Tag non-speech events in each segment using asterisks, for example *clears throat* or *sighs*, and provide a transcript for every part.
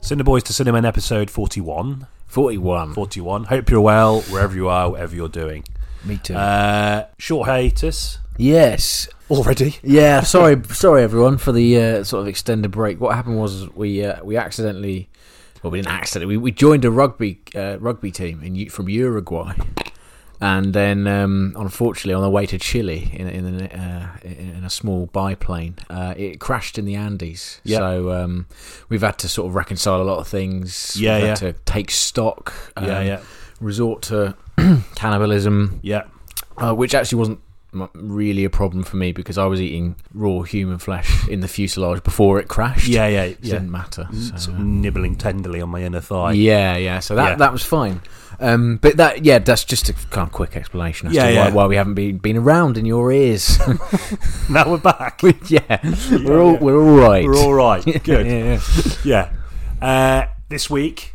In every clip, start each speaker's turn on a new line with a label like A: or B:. A: Cinder Boys to Cinnamon episode 41.
B: 41.
A: 41. Hope you're well, wherever you are, whatever you're doing.
B: Me too.
A: Uh, short hiatus.
B: yes.
A: Already?
B: Yeah. Sorry, sorry everyone for the uh, sort of extended break. What happened was we uh, we accidentally, well, we didn't accidentally. We, we joined a rugby uh, rugby team in U- from Uruguay, and then um, unfortunately on the way to Chile in in, an, uh, in a small biplane, uh, it crashed in the Andes.
A: Yeah.
B: So um, we've had to sort of reconcile a lot of things.
A: Yeah,
B: We've
A: yeah.
B: had to take stock.
A: Yeah,
B: um,
A: yeah.
B: Resort to *clears throat* cannibalism
A: Yeah.
B: uh, which actually wasn't m- really a problem for me because I was eating raw human flesh in the fuselage before it crashed.
A: Yeah, yeah,
B: it
A: *laughs* yeah. Mm,
B: didn't matter. So,
A: Sort of nibbling tenderly on my inner thigh.
B: yeah, yeah. So that
A: Yeah.
B: that was fine. Um, but that yeah, that's just a kind of quick explanation as
A: Yeah,
B: to
A: yeah.
B: Why, why we haven't been been around in your
A: *laughs*
B: ears.
A: *laughs*
B: *laughs*
A: Now we're back.
B: yeah, we're all
A: yeah.
B: we're all right.
A: We're all *laughs* right. Good.
B: Yeah, yeah.
A: Yeah. Uh, this week,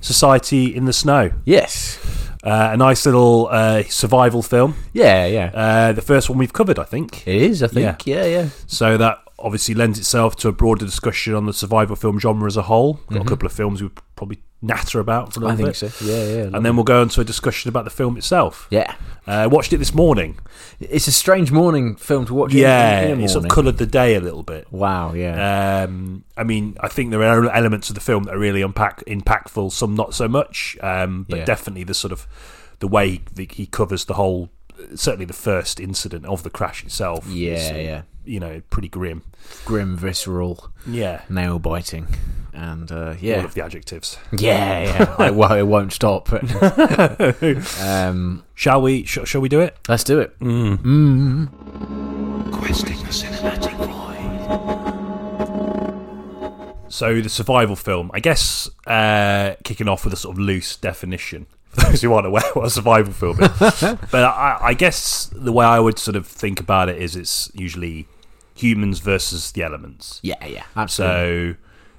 A: Society in the Snow.
B: Yes.
A: Uh, a nice little uh, survival film.
B: Yeah, yeah.
A: Uh, the first one we've covered, I think.
B: It is. I think. Yeah, yeah.
A: So that obviously lends itself to a broader discussion on the survival film genre as a whole. Got a couple of films we probably natter about for a little
B: Mm-hmm. I think
A: bit.
B: so. Yeah, yeah.
A: And then we'll go into a discussion about the film itself.
B: Um, yeah.
A: Uh, watched it this morning.
B: It's a strange morning film to watch. in-
A: Yeah,
B: in, in the
A: it sort of
B: morning.
A: coloured the day a little bit.
B: Wow. Yeah.
A: Um, I mean, I think there are elements of the film that are really unpack impactful. Some not so much, um, but
B: Yeah.
A: definitely the sort of the way he, the, he covers the whole. Certainly, the first incident of the crash itself. is,
B: yeah,
A: uh,
B: yeah.
A: You know, pretty grim.
B: Grim, visceral.
A: Yeah.
B: nail biting, and uh,
A: All
B: yeah,
A: of the adjectives.
B: *laughs* yeah,
A: *laughs*
B: yeah. I, well, it won't stop. *laughs* um,
A: Shall we? Sh- shall we do it?
B: let's do
A: Mm.
B: it.
C: Questing the cinematic void.
A: So the survival film, I guess, uh, kicking off with a sort of loose definition *laughs* for those who aren't aware what a survival
C: *laughs*
A: film is. but I, I guess the way I would sort of think about it is it's usually humans versus the elements.
B: Yeah, yeah, absolutely.
A: So,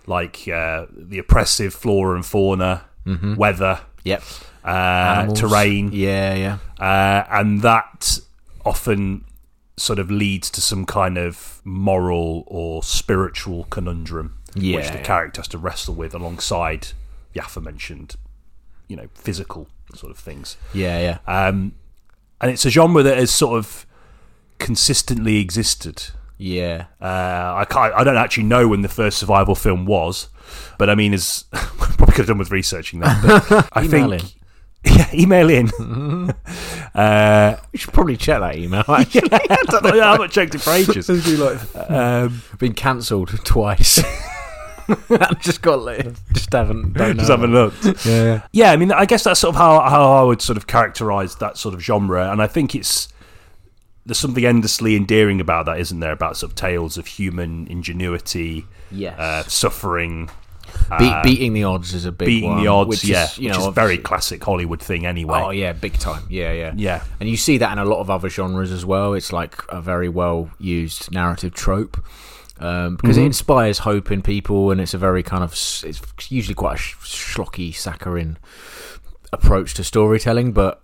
A: like uh, the oppressive flora and fauna,
C: Mm-hmm.
A: weather,
B: yep.
A: uh,
B: Animals.
A: terrain,
B: Yeah, yeah,
A: uh, and that often sort of leads to some kind of moral or spiritual conundrum,
B: Yeah,
A: which the
B: yeah.
A: character has to wrestle with alongside the aforementioned, you know, physical sort of things.
B: yeah, yeah.
A: Um, and it's a genre that has sort of consistently existed.
B: yeah.
A: Uh, I can't, I don't actually know when the first survival film was, but I mean, as *laughs* probably could have done with researching that. *laughs* But I
B: Email
A: think, *laughs* yeah, email in. uh,
B: We should probably check that *laughs* email. Actually,
A: I don't know, I haven't checked it for *laughs* ages.
B: It's been, like,
A: Um,
B: been cancelled *laughs*
A: *laughs*
B: twice. I've just got like, just haven't. Don't know.
A: *laughs* just haven't looked.
B: Yeah, yeah.
A: Yeah, I mean, I guess that's sort of how, how I would sort of characterize that sort of genre. And I think it's there's something endlessly endearing about that, isn't there? About sort of tales of human ingenuity,
B: Yes.
A: uh, suffering,
B: Be- beating the odds is a big
A: beating
B: one,
A: the odds.
B: Which
A: yeah,
B: is, you
A: which
B: know,
A: is very
B: obviously-
A: classic Hollywood thing, anyway.
B: Oh yeah, big time. Yeah, yeah,
A: Yeah.
B: And you see that in a lot of other genres as well. It's like a very well used narrative trope um, because it inspires hope in people, and it's a very kind of s- it's usually quite a sh- schlocky, saccharine approach to storytelling. But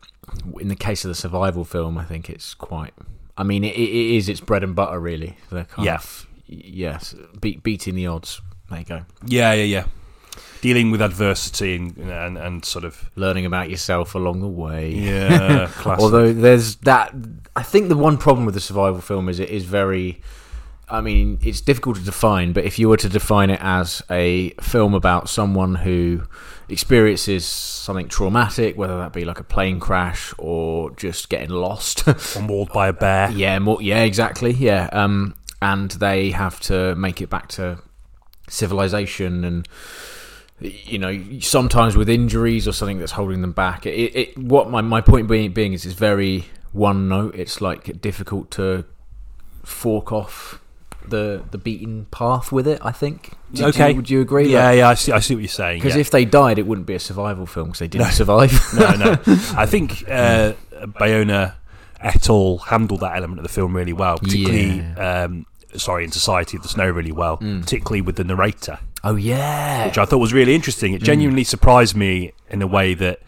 B: in the case of the survival film, I think it's quite. I mean, it, it is its bread and butter, really. The kind
A: Yeah.
B: of- yes, be- beating the odds. There you go.
A: yeah, yeah, yeah. Dealing with adversity and and, and sort of uh,
B: Learning about yourself along the way.
A: yeah, *laughs* classic.
B: Although there's that, I think the one problem with the survival film is it is very. I mean, it's difficult to define, but if you were to define it as a film about someone who experiences something traumatic, whether that be like a plane crash or just getting lost, *laughs*
A: mauled by a bear.
B: yeah, more, yeah, exactly, yeah, um, and they have to make it back to civilization and you know sometimes with injuries or something that's holding them back it, it what my, my point being, being is it's very one note it's like difficult to fork off the the beaten path with it i think Do- do
A: Okay.
B: you- would you agree
A: Yeah, yeah, I see. I see what you're saying.
B: because
A: yeah.
B: if they died it wouldn't be a survival film because they didn't survive
A: *laughs* no, no. I think uh, Bayona et al. handled that element of the film really well, particularly. Um, Sorry, in Society of the Snow, really well,
B: Mm.
A: particularly with the narrator,
B: oh yeah
A: which I thought was really interesting.
B: Mm.
A: It genuinely surprised me in a way that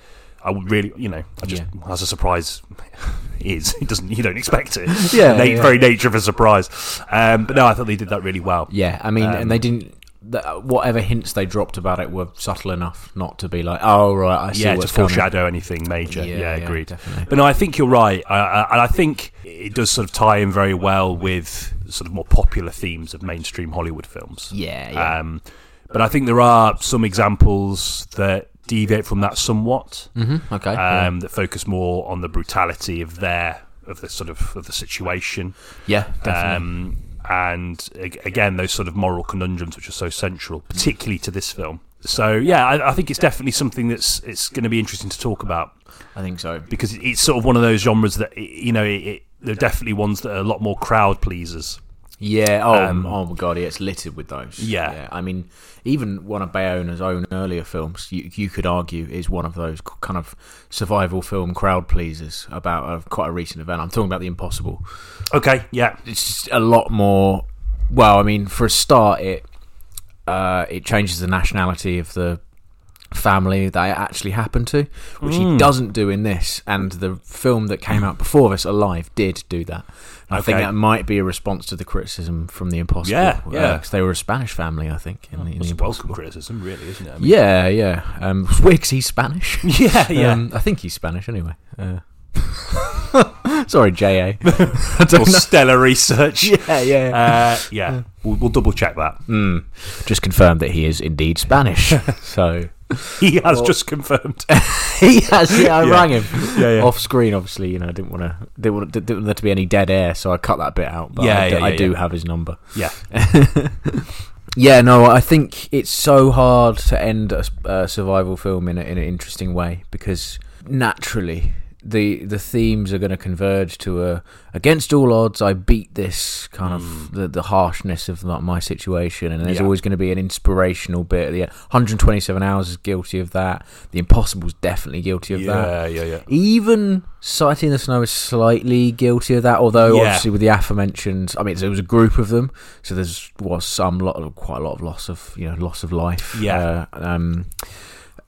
A: I would really, you know, I just as a surprise *laughs* is it doesn't you don't expect it.
B: Yeah,
A: Na-
B: yeah.
A: very nature of a surprise. Um, but no, I thought they did that really well.
B: Yeah, I mean, and they didn't that whatever hints they dropped about it were subtle enough not to be like, oh right, I see
A: yeah, to
B: what's coming.
A: foreshadow anything major. Yeah, agreed.
B: definitely.
A: But no, I think you're right, I, I, and I think it does sort of tie in very well with sort of more popular themes of mainstream Hollywood films.
B: Yeah, yeah.
A: Um, but I think there are some examples that deviate from that somewhat,
B: hmm okay.
A: um, that focus more on the brutality of their of the sort of of the situation,
B: yeah, definitely.
A: um, and a- again those sort of moral conundrums which are so central,
B: Mm.
A: particularly to this film. So yeah, I, I think it's definitely something that's it's going to be interesting to talk about
B: I think so.
A: because it- it's sort of one of those genres that it- you know it, it, they're definitely ones that are a lot more crowd pleasers.
B: Yeah. Oh,
A: Um,
B: oh my god, yeah, it's littered with those.
A: Yeah.
B: I mean, even one of Bayona's own earlier films, you, you could argue, is one of those c- kind of survival film crowd pleasers about a, quite a recent event. I'm talking about The Impossible.
A: Okay, yeah,
B: It's just a lot more. Well, I mean, for a start, it uh, it changes the nationality of the family that it actually happened to, which
A: Hmm.
B: he doesn't do in this. And the film that came out before this, Alive, did do that. And I think
A: Okay.
B: that might be a response to the criticism from the Impossible. uh,
A: Yeah, yeah.
B: 'cause they were a Spanish family, I think. In the, in the
A: it's a
B: Impossible.
A: welcome criticism, really, isn't it? I mean-
B: Yeah, yeah. Um, Wiggs, he's Spanish.
A: *laughs* yeah, *laughs* yeah.
B: *laughs* Um, I think he's Spanish anyway. Uh, *laughs* sorry, J.A.
A: *laughs*
B: I don't
A: or
B: know.
A: stellar research.
B: *laughs* Yeah, yeah.
A: Uh, yeah, we'll, we'll double check that. *laughs*
B: Mm. Just confirmed that he is indeed *laughs* Spanish. so
A: He has
B: Well-
A: just confirmed.
B: he has. *laughs* Yeah, I
A: Yeah.
B: rang him
A: Yeah, yeah.
B: off screen. Obviously, you know, I didn't want to. Didn't want didn't want there to be any dead air, so I cut that bit out. But
A: Yeah,
B: I, do,
A: yeah,
B: I
A: yeah,
B: do
A: yeah.
B: have his number.
A: Yeah,
B: Yeah, no, I think it's so hard to end a, s- a survival film in, a, in an interesting way because naturally the the themes are going to converge to a against all odds. I beat this kind of the, the harshness of my- my situation, and there's
A: Yeah.
B: always going to be an inspirational bit. The 127 hours is guilty of that. The Impossible's definitely guilty of that
A: yeah, yeah, yeah.
B: even sighting the snow is slightly guilty of that although
A: Yeah.
B: obviously with the aforementioned i mean there was a group of them so there's was some lot of quite a lot of loss of you know loss of life
A: Yeah.
B: uh, um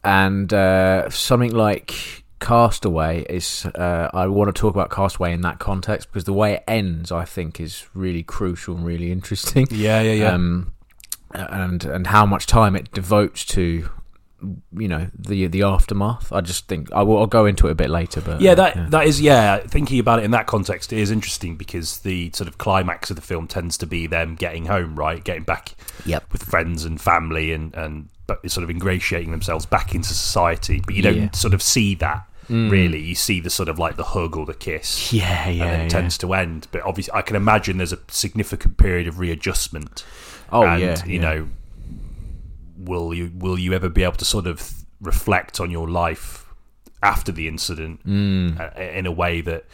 B: and uh something like castaway is uh i want to talk about castaway in that context because the way it ends i think is really crucial and really interesting
A: Yeah, yeah, yeah.
B: um, and and how much time it devotes to you know the the aftermath. I just think I will, I'll go into it a bit later, but
A: yeah,
B: uh,
A: that that is yeah. Thinking about it in that context is interesting because the sort of climax of the film tends to be them getting home, right, getting back
B: Yep.
A: with friends and family, and and but sort of ingratiating themselves back into society. But you don't
B: Yeah. Mm.
A: sort of see that really. You see the sort of like the hug or the kiss.
B: yeah, yeah,
A: And then it
B: yeah.
A: tends to end, but obviously, I can imagine there's a significant period of readjustment.
B: Oh
A: and
B: yeah,
A: you
B: yeah.
A: know will you will you ever be able to sort of reflect on your life after the incident
B: Mm.
A: uh, in a way that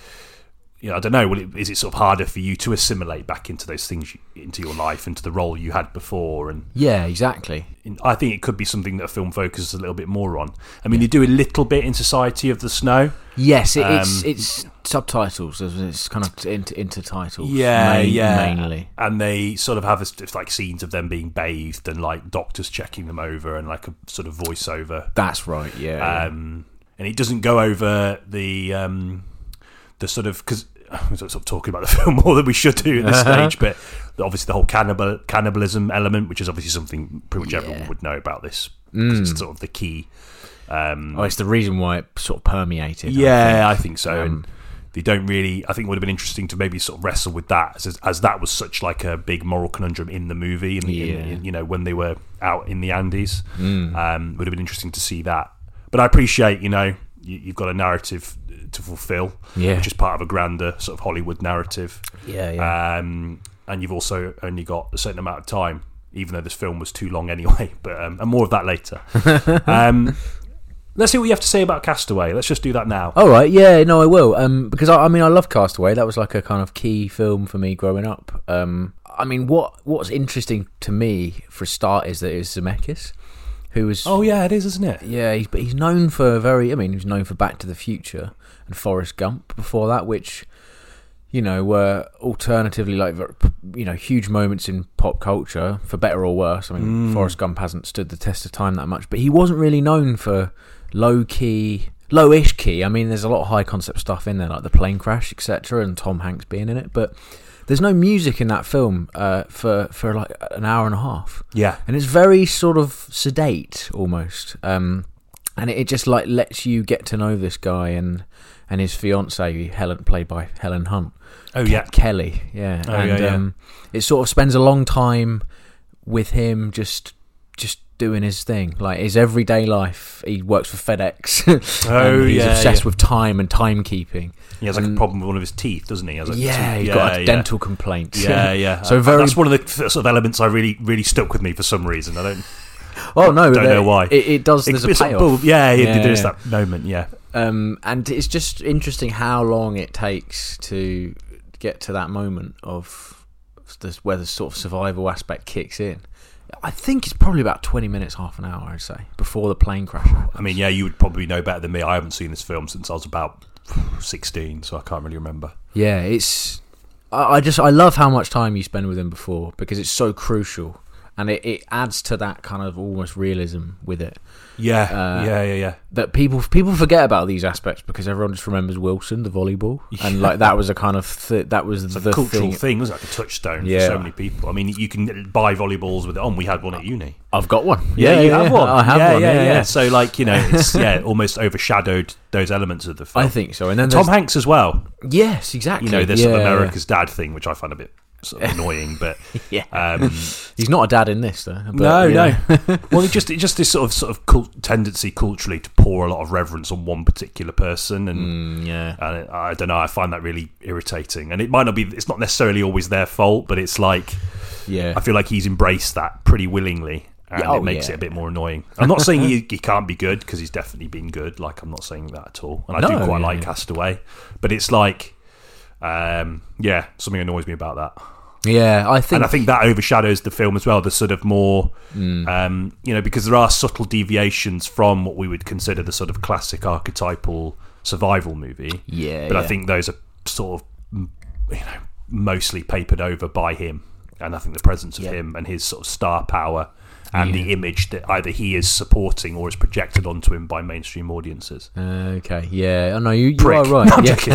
A: you know, I don't know. Will it, is it sort of harder for you to assimilate back into those things, you, into your life, into the role you had before? And
B: yeah, exactly.
A: in- I think it could be something that a film focuses a little bit more on. I mean, they do a little bit in Society of the Snow.
B: Yes, it, it's
A: Um,
B: it's subtitles. isn't it? It's kind of into, into titles.
A: Yeah,
B: main-
A: yeah.
B: mainly.
A: and they sort of have this, it's like scenes of them being bathed and like doctors checking them over and like a sort of voiceover
B: That's right. Yeah, yeah.
A: um, and it doesn't go over the um, the sort of because *sighs* I'm sort of talking about the *laughs* film more than we should do at this
B: Uh-huh.
A: stage, but the- obviously the whole cannibal cannibalism element, which is obviously something pretty much everyone
B: Yeah. Hmm.
A: would know about this, 'cause it's sort of the key. Um,
B: Mm. Oh, it's the reason why it sort of permeated. I
A: yeah, I think so.
B: Um,
A: and they don't really. I think it would have been interesting to maybe sort of wrestle with that, as, as that was such like a big moral conundrum in the movie, and in-
B: Yeah. Mm.
A: in- you know when they were out in the Andes, um, would have been interesting to see that. But I appreciate, you know, you, you've got a narrative uh, to fulfil,
B: Yeah.
A: which is part of a grander sort of Hollywood narrative.
B: Yeah,
A: Um, and you've also only got a certain amount of time, even though this film was too long *laughs* anyway. But um, and more of
B: *laughs*
A: that later. um, let's see what you have to say about Castaway. Let's just do that now.
B: All right, yeah, no, I will. Um, because I, I mean, I love Castaway. That was like a kind of key film for me growing up. Um, I mean, what what's interesting to me for a start is that it was Zemeckis, who was
A: Oh yeah, it is, isn't it?
B: yeah, he's, but he's known for very. I mean, he was known for Back to the Future and Forrest Gump before that, which you know were alternatively like ver- you know huge moments in pop culture for better or worse. I mean, Forrest Gump hasn't stood the test of time that much, but he wasn't really known for low key. Low-ish key. I mean, there's a lot of high concept stuff in there, like the plane crash, etc., and Tom Hanks being in it. But There's no music in that film uh, for for like an hour and a half,
A: Yeah.
B: and it's very sort of sedate almost. Um, and it, it just like lets you get to know this guy and and his fiancee Helen, played by Helen Hunt.
A: Oh yeah.
B: Ke- Kelly. Yeah,
A: Oh,
B: and
A: yeah, yeah.
B: Um, it sort of spends a long time with him, just just doing his thing, like his everyday life. He works for FedEx. *laughs*
A: Oh,
B: and he's
A: yeah,
B: obsessed
A: yeah.
B: with time and timekeeping.
A: He has like a
B: and-
A: problem with one of his teeth, doesn't he? He has, like,
B: yeah,
A: teeth-
B: he's got a
A: yeah.
B: dental complaint. *laughs*
A: Yeah, yeah.
B: So
A: Uh,
B: very-
A: That's one of the sort of elements I really, really stuck with me for some reason. I don't.
B: oh no,
A: Don't
B: there-
A: know why.
B: It, it does. There's a
A: it's like,
B: payoff.
A: boom, yeah, yeah,
B: Yeah,
A: there is
B: yeah.
A: that moment. Yeah,
B: um, and it's just interesting how long it takes to get to that moment of this, where the sort of survival aspect kicks in. I think it's probably about twenty minutes, half an hour, I'd say, before the plane crash. happens.
A: I mean, yeah, you would probably know better than me. I haven't seen this film since I was about sixteen, so I can't really remember.
B: yeah, it's. I, I just I love how much time you spend with him before because it's so crucial, and it, it adds to that kind of almost realism with it.
A: Yeah,
B: Uh,
A: yeah, yeah, yeah.
B: that people people forget about these aspects because everyone just remembers Wilson, the volleyball, and like
A: *laughs*
B: that was a kind of th- that was
A: It's a
B: the
A: cultural
B: thing.
A: thing, was like a touchstone
B: Yeah.
A: for so many people. I mean, you can buy volleyballs with it on. We had one at uni.
B: I've got one.
A: you have one.
B: I have
A: yeah,
B: one.
A: Yeah,
B: yeah, yeah.
A: So, like, you know,
B: *laughs*
A: it's yeah, almost overshadowed those elements of the film.
B: I think so. And then
A: Tom
B: there's-
A: Hanks as well.
B: yes, exactly.
A: You know, there's
B: yeah,
A: sort of
B: yeah.
A: *laughs* America's Dad thing, which I find a bit sort of annoying, but
B: Yeah. *laughs*
A: um,
B: He's not a dad in this though. but,
A: no,
B: you know. *laughs*
A: no. well, it just it just this sort of sort of cult tendency culturally to pour a lot of reverence on one particular person, and
B: Mm, yeah.
A: and I, I don't know. I find that really irritating, and it might not be. It's not necessarily always their fault, but it's like
B: Yeah.
A: I feel like he's embraced that pretty willingly. And
B: Yeah, oh,
A: it makes
B: yeah.
A: it a bit more annoying. I'm not saying he, he can't be good because he's definitely been good. Like I'm not saying that at all, and I do
B: No,
A: quite
B: yeah,
A: like
B: yeah.
A: Castaway, but it's like, um, yeah, something annoys me about that
B: yeah. I think.
A: and I think that overshadows the film as well. The sort of more,
B: Mm.
A: um, you know, because there are subtle deviations from what we would consider the sort of classic archetypal survival movie.
B: yeah.
A: but I
B: yeah.
A: think those are sort of, mm, you know, mostly papered over by him, and I think the presence of
B: Yeah.
A: him and his sort of star power and the image that either he is supporting or is projected onto him by mainstream audiences.
B: Uh, Okay. Yeah. I know you. You
A: Prick.
B: are right.
A: No, I'm
B: yeah.
A: joking.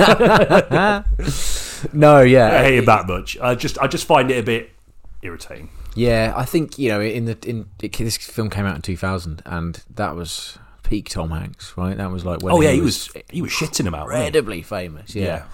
B: *laughs* no. Yeah.
A: I hate him that much. I just, I just find it a bit irritating.
B: Yeah, I think you know in the in it, this film came out in 2000, and that was peak Tom Hanks, right? That was like when
A: Oh yeah, he was, he was shitting him out. wasn't he?
B: incredibly famous. Yeah.
A: Yeah.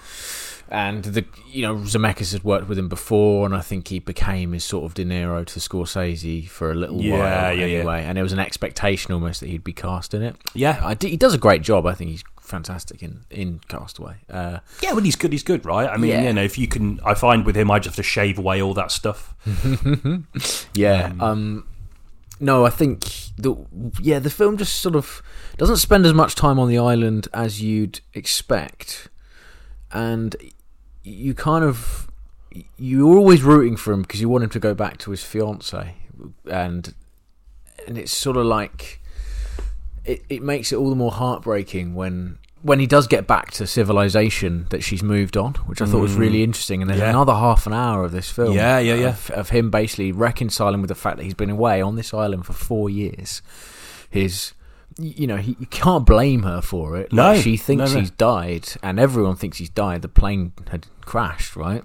B: and the you know Zemeckis had worked with him before, and I think he became his sort of De Niro to Scorsese for a little
A: Yeah,
B: while
A: yeah, yeah.
B: anyway, and it was an expectation almost that he'd be cast in it.
A: Yeah,
B: I d- he does a great job. I think he's fantastic in in Castaway. Uh,
A: Yeah, when he's good, he's good, right? I mean,
B: Yeah.
A: you know, if you can, I find with him, I just have to shave away all
B: *laughs*
A: that stuff.
B: Yeah. Um, no, I think the yeah, the film just sort of doesn't spend as much time on the island as you'd expect. And you kind of you're always rooting for him because you want him to go back to his fiance and and it's sort of like it, it makes it all the more heartbreaking when when he does get back to civilization that she's moved on, which I thought was really interesting. And there's
A: Yeah.
B: another half an hour of this film,
A: Yeah, yeah, yeah.
B: of, of him basically reconciling with the fact that he's been away on this island for four years. His, you know, he you can't blame her for it.
A: No,
B: Like, she thinks
A: no, no.
B: he's died, and everyone thinks he's died. The plane had crashed, right?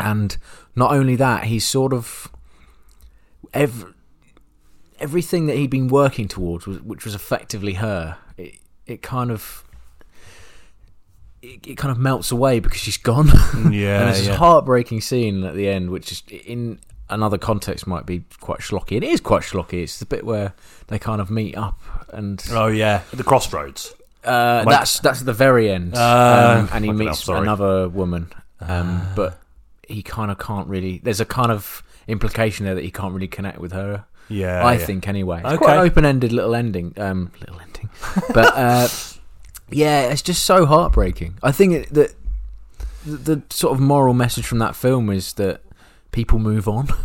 B: And not only that, he's sort of ev- everything that he'd been working towards, was, which was effectively her. It, it kind of it, it kind of melts away because she's gone. *laughs*
A: Yeah,
B: and it's
A: yeah.
B: this heartbreaking scene at the end, which is in another context might be quite schlocky. It is quite schlocky. It's the bit where they kind of meet up and
A: Oh yeah, the crossroads.
B: uh,
A: My-
B: that's that's the very end,
A: Uh,
B: um, and he
A: fucking
B: meets
A: hell, sorry. Uh.
B: another woman, um, but he kind of can't really. There's a kind of implication there that he can't really connect with her.
A: Yeah,
B: I
A: yeah.
B: think anyway. It's
A: Okay.
B: quite an open-ended little ending, um, little ending,
A: *laughs*
B: but uh, yeah, it's just so heartbreaking. I think it- that the, the sort of moral message from that film is that people move on. *laughs*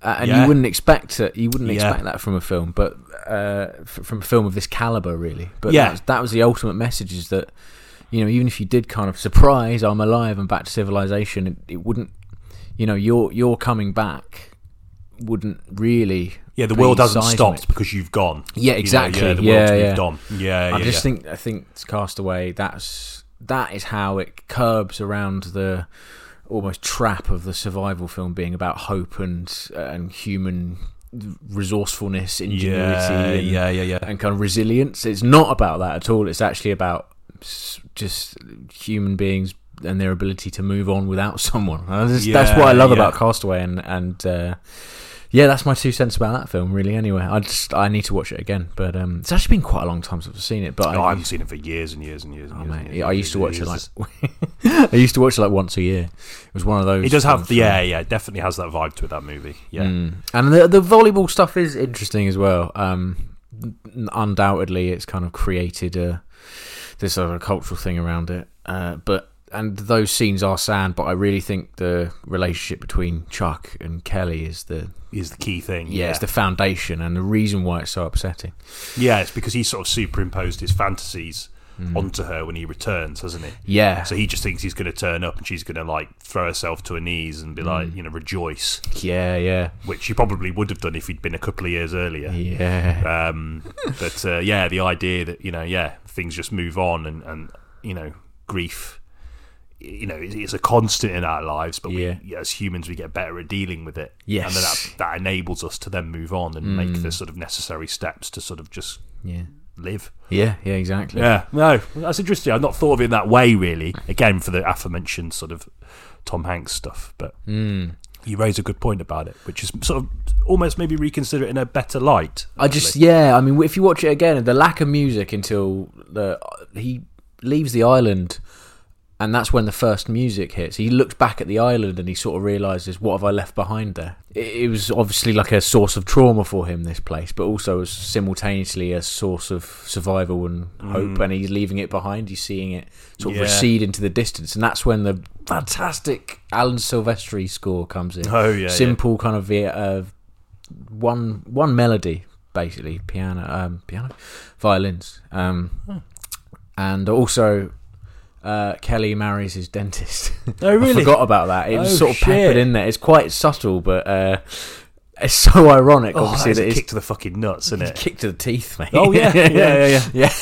B: Uh, and
A: Yeah.
B: you wouldn't expect it. You wouldn't
A: Yeah.
B: expect that from a film, but uh, f- from a film of this caliber, really. But
A: Yeah.
B: that, was, that was the ultimate message: is that you know, even if you did kind of surprise, I'm alive and back to civilization, it, it wouldn't. You know, your your coming back wouldn't really.
A: Yeah, the
B: be
A: world hasn't
B: seismic.
A: stopped because you've gone.
B: Yeah, exactly.
A: You know, yeah, the
B: Yeah,
A: world's
B: yeah.
A: moved on. Yeah,
B: I
A: yeah,
B: just
A: yeah.
B: think I think it's Castaway. That's that is how it curbs around the almost trap of the survival film being about hope and uh, and human resourcefulness, ingenuity,
A: Yeah,
B: and,
A: yeah, yeah, yeah.
B: and kind of resilience. It's not about that at all. It's actually about s- just human beings and their ability to move on without *laughs* someone. Uh, That's, that's
A: Yeah,
B: what I love
A: yeah.
B: about Castaway, and and uh, yeah, that's my two cents about that film. Really, anyway, I just I need to watch it again. But um, it's actually been quite a long time since I've seen it. But
A: Oh, I
B: I,
A: haven't seen it for years and years and years. And
B: oh,
A: years and
B: mate,
A: years
B: I
A: and
B: used to
A: years.
B: watch it
A: It's
B: like
A: just-
B: I used to watch it like *laughs* once a year. It was one of those.
A: it does have.
B: films for me.
A: Yeah, yeah, it definitely has that vibe to it. That movie. Yeah,
B: Mm. And the the volleyball stuff is interesting as well. Um, n- undoubtedly, it's kind of created a this other cultural thing around it. Uh, but and those scenes are sad, but I really think the relationship between Chuck and Kelly is the
A: is the key thing.
B: yeah, it's the foundation and the reason why it's so upsetting.
A: Yeah, it's because he sort of superimposed his fantasies
B: Mm.
A: onto her when he returns, hasn't he?
B: Yeah,
A: So he just thinks he's going to turn up and she's going to like throw herself to her knees and be
B: Mm.
A: like, you know, rejoice,
B: yeah, yeah,
A: which she probably would have done if he'd been a couple of years earlier.
B: yeah.
A: Um, but uh, yeah, the idea that you know, yeah, things just move on, and and you know, grief, you know, it's, it's a constant in our lives. But
B: Yeah.
A: we, as humans, we get better at dealing with it. and then
B: Yes. Mm.
A: that, that enables us to then move on and make the sort of necessary steps to sort of just
B: Yeah,
A: live.
B: yeah, yeah, exactly.
A: Yeah, no, that's interesting. I've not thought of it in that way, really. Again, for the aforementioned sort of Tom Hanks stuff, but
B: Mm.
A: you raise a good point about it, which is sort of almost maybe reconsider it in a better light.
B: I just yeah, I mean, if you watch it again, the lack of music until the he leaves the island, and that's when the first music hits. He looks back at the island and he sort of realizes what have I left behind there. It, it was obviously like a source of trauma for him, this place, but also was simultaneously a source of survival and hope. And he's leaving it behind. He's seeing it sort of
A: Yeah.
B: recede into the distance, and that's when the fantastic Alan Silvestri score comes in
A: Oh yeah, yeah.
B: simple kind of vi- uh, one one melody basically piano um, piano violins um,
A: Hmm.
B: and also uh, Kelly marries his dentist. *laughs*
A: Oh
B: I
A: really?
B: forgot about that. It was
A: Oh,
B: sort of
A: shit.
B: peppered in there. It's quite subtle, but uh, it's so *laughs* ironic.
A: Oh,
B: obviously,
A: that
B: that
A: is a
B: it's
A: kick to the fucking nuts, isn't
B: it's
A: *laughs* it?
B: kicked to the teeth, mate.
A: Oh
B: *laughs*
A: yeah, yeah, yeah, yeah.
B: yeah.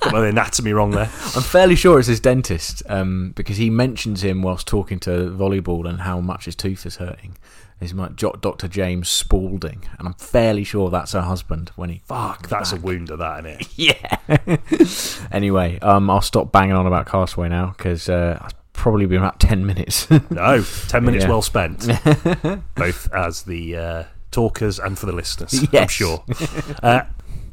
A: Got my anatomy wrong *laughs* there.
B: I'm fairly sure it's his dentist um, because he mentions him whilst talking to volleyball and how much his tooth is hurting. His mi- Jo- Dr. James Spaulding, and I'm fairly sure that's her husband when he.
A: Fuck,
B: *laughs*
A: that's a wound of that, isn't it?
B: Yeah. *laughs* anyway, um, I'll stop banging on about Castaway now because uh, it's probably been about ten minutes. *laughs*
A: No, *laughs* ten minutes
B: Yeah.
A: well spent, both as the uh, talkers and for the listeners. I'm
B: Yes.
A: *laughs* sure. Uh,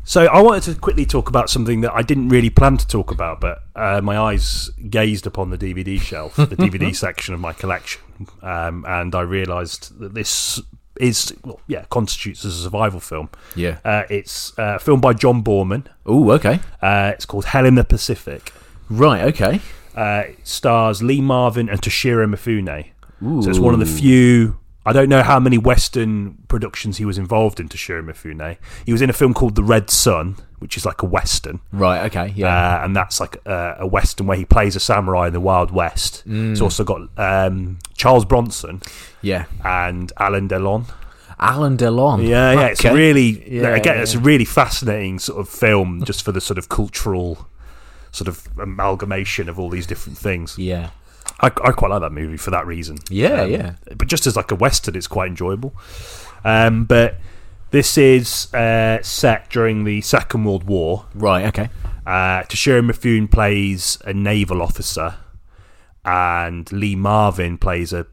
A: so I wanted to quickly talk about something that I didn't really plan to talk about, but uh, my eyes gazed upon the DVD shelf, *laughs* the DVD section of my collection, um, and I realised that this is, well, yeah, constitutes as a survival film.
B: yeah.
A: Uh, it's uh, filmed by John Borman.
B: Ooh. Okay.
A: Uh, it's called Hell in the Pacific.
B: Right. Okay.
A: Uh, it stars Lee Marvin and Toshiro Mifune.
B: Ooh.
A: So it's one of the few. I don't know how many Western productions he was involved in. Toshiro Mifune. He was in a film called The Red Sun, which is like a Western,
B: Right. Okay. Yeah.
A: uh, and that's like uh, a Western where he plays a samurai in the Wild West.
B: Mm.
A: It's also got um, Charles Bronson
B: yeah.
A: and Alan Delon.
B: Alan Delon.
A: Yeah, yeah, it's
B: Okay.
A: really
B: Yeah,
A: again,
B: yeah.
A: it's a really fascinating sort of film just for the sort of cultural sort of amalgamation of all these different things.
B: Yeah.
A: I, I quite like that movie for that reason.
B: Yeah,
A: Um,
B: yeah.
A: But just as like a western, it's quite enjoyable. Um, but this is uh, set during the Second World War.
B: Right. Okay.
A: Uh, Toshiro Mifune plays a naval officer, and Lee Marvin plays a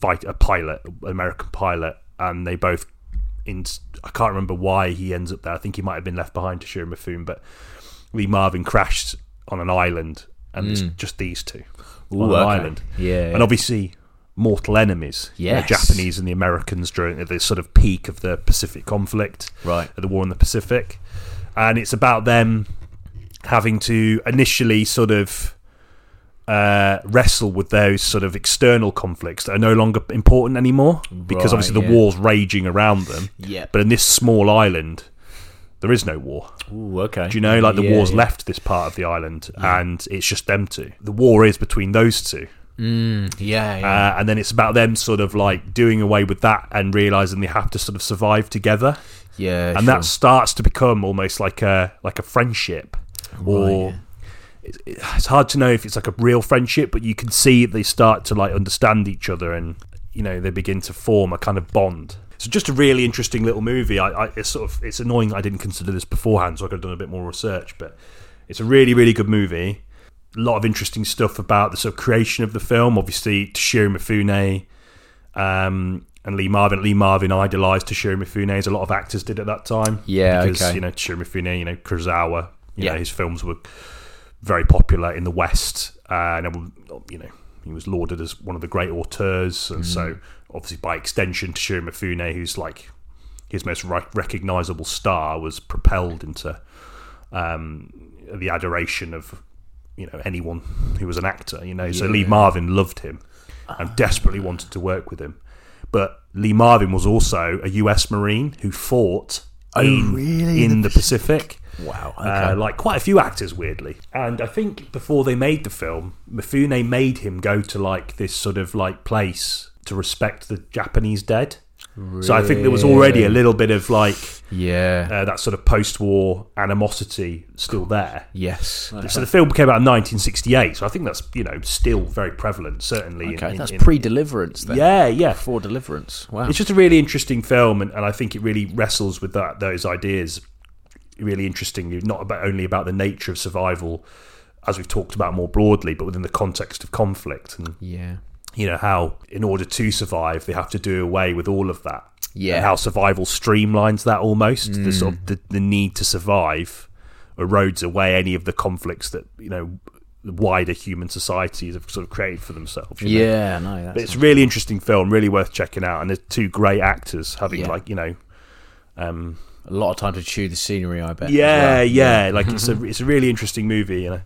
A: fight a pilot, an American pilot, and they both. In, I can't remember why he ends up there. I think he might have been left behind Toshiro Mifune, but Lee Marvin crashed on an island, and it's just these two
B: Hmm. Ooh,
A: on an
B: okay.
A: island
B: Yeah.
A: and obviously mortal enemies. You know,
B: Yes.
A: Japanese and the Americans during the sort of peak of the Pacific conflict,
B: Right.
A: of the war in the Pacific, and it's about them having to initially sort of uh, wrestle with those sort of external conflicts that are no longer important anymore
B: Right,
A: because obviously the
B: yeah.
A: war's raging around them.
B: Yeah.
A: But in this small island, there is no war.
B: Ooh. Okay.
A: Do you know, like the
B: Yeah,
A: war's
B: yeah.
A: left this part of the island, and it's just them two. The war is between those two.
B: Mm, yeah. Yeah.
A: Uh, and then it's about them sort of like doing away with that and realizing they have to sort of survive together,
B: yeah
A: and
B: sure.
A: that starts to become almost like a like a friendship, or it's- it's hard to know if it's like a real friendship, but you can see they start to like understand each other, and you know they begin to form a kind of bond. So just a really interesting little movie. I, I it's sort of it's annoying I didn't consider this beforehand, so I could have done a bit more research. But it's a really really good movie. A lot of interesting stuff about the sort of creation of the film. Obviously, Toshiro Mifune um, and Lee Marvin. Lee Marvin idolized Toshiro Mifune as a lot of actors did at that time.
B: Yeah,
A: because
B: okay.
A: you know Toshiro Mifune, you know Kurosawa, you
B: Yeah.
A: know his films were very popular in the West, uh, and everyone- you know he was lauded as one of the great auteurs, and so
B: Mm-hmm.
A: obviously by extension Toshiro Mifune, who's like his most rec- recognizable star, was propelled into um, the adoration of you know anyone who was an actor. You know, so Lee Marvin loved him and desperately wanted to work with him, but Lee Marvin was also a U.S. Marine who fought in, in the Pacific.
B: Wow.
A: Uh, like quite a few actors, weirdly. And I think before they made the film, Mifune made him go to like this sort of like place to respect the Japanese dead. So I think there was already a little bit of like
B: yeah.
A: uh, that sort of post-war animosity still there.
B: yes.
A: So the film came out in 1968, so I think that's you know still very prevalent, certainly.
B: Okay,
A: in,
B: that's
A: in,
B: pre-deliverance then.
A: yeah, yeah.
B: Before deliverance. Wow.
A: It's just a really interesting film, and, and I think it really wrestles with that those ideas really interestingly, not about only about the nature of survival, as we've talked about more broadly, but within the context of conflict, and
B: yeah.
A: you know how in order to survive they have to do away with all of that.
B: Yeah. Mm.
A: and how survival streamlines that almost the sort of the, the need to survive erodes away any of the conflicts that you know the wider human societies have sort of created for themselves. you know?
B: Yeah. No. That's
A: But it's a really interesting film, really worth checking out, and there's two great actors having
B: Yeah.
A: like you know, um,
B: a lot of time to chew the scenery. I bet. as
A: yeah,
B: well.
A: yeah, like
B: *laughs*
A: it's a it's a really interesting movie, you know.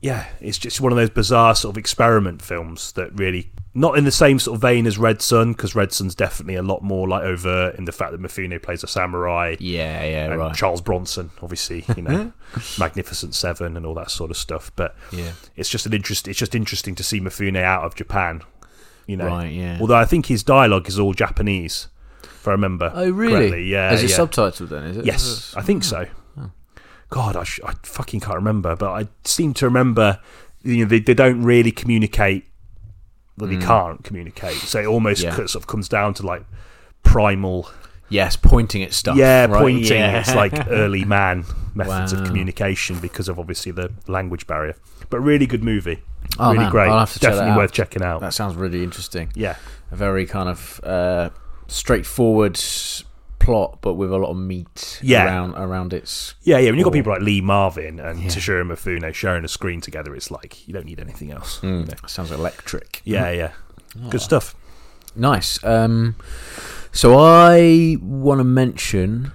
A: Yeah, it's just one of those bizarre sort of experiment films that really not in the same sort of vein as Red Sun because Red Sun's definitely a lot more like overt in the fact that Mifune plays a samurai
B: Yeah. Yeah.
A: and
B: Right.
A: Charles Bronson, obviously,
B: *laughs*
A: you know, Magnificent Seven and all that sort of stuff. But
B: Yeah.
A: it's just an interest. It's just interesting to see Mifune out of Japan, you know.
B: Right, yeah.
A: Although I think his dialogue is all Japanese, if I remember.
B: Oh really?
A: correctly. Yeah.
B: Is it
A: yeah.
B: subtitled then? Is it?
A: Yes, I think so. God, I, sh- I fucking can't remember, but I seem to remember. You know, they, they don't really communicate. Well, they can't communicate, so it almost
B: Mm. Yeah.
A: co- sort of comes down to like primal,
B: Yes. Pointing at stuff.
A: yeah,
B: right?
A: pointing.
B: Yeah.
A: It's like early man methods
B: Wow.
A: of communication because of obviously the language barrier. But really good movie,
B: *laughs* Oh,
A: really
B: man,
A: great,
B: I'll have to check that
A: definitely
B: out.
A: worth checking out.
B: That sounds really interesting.
A: yeah,
B: A very kind of uh, straightforward plot, but with a lot of meat
A: Yeah.
B: around around its.
A: yeah, yeah. When you've got
B: Cool.
A: people like Lee Marvin and Toshiro Mifune sharing a screen together, it's like you don't need anything else.
B: Mm, Sounds electric. Mm.
A: Yeah, yeah,
B: Hmm.
A: good stuff.
B: Nice. Um, so I want to mention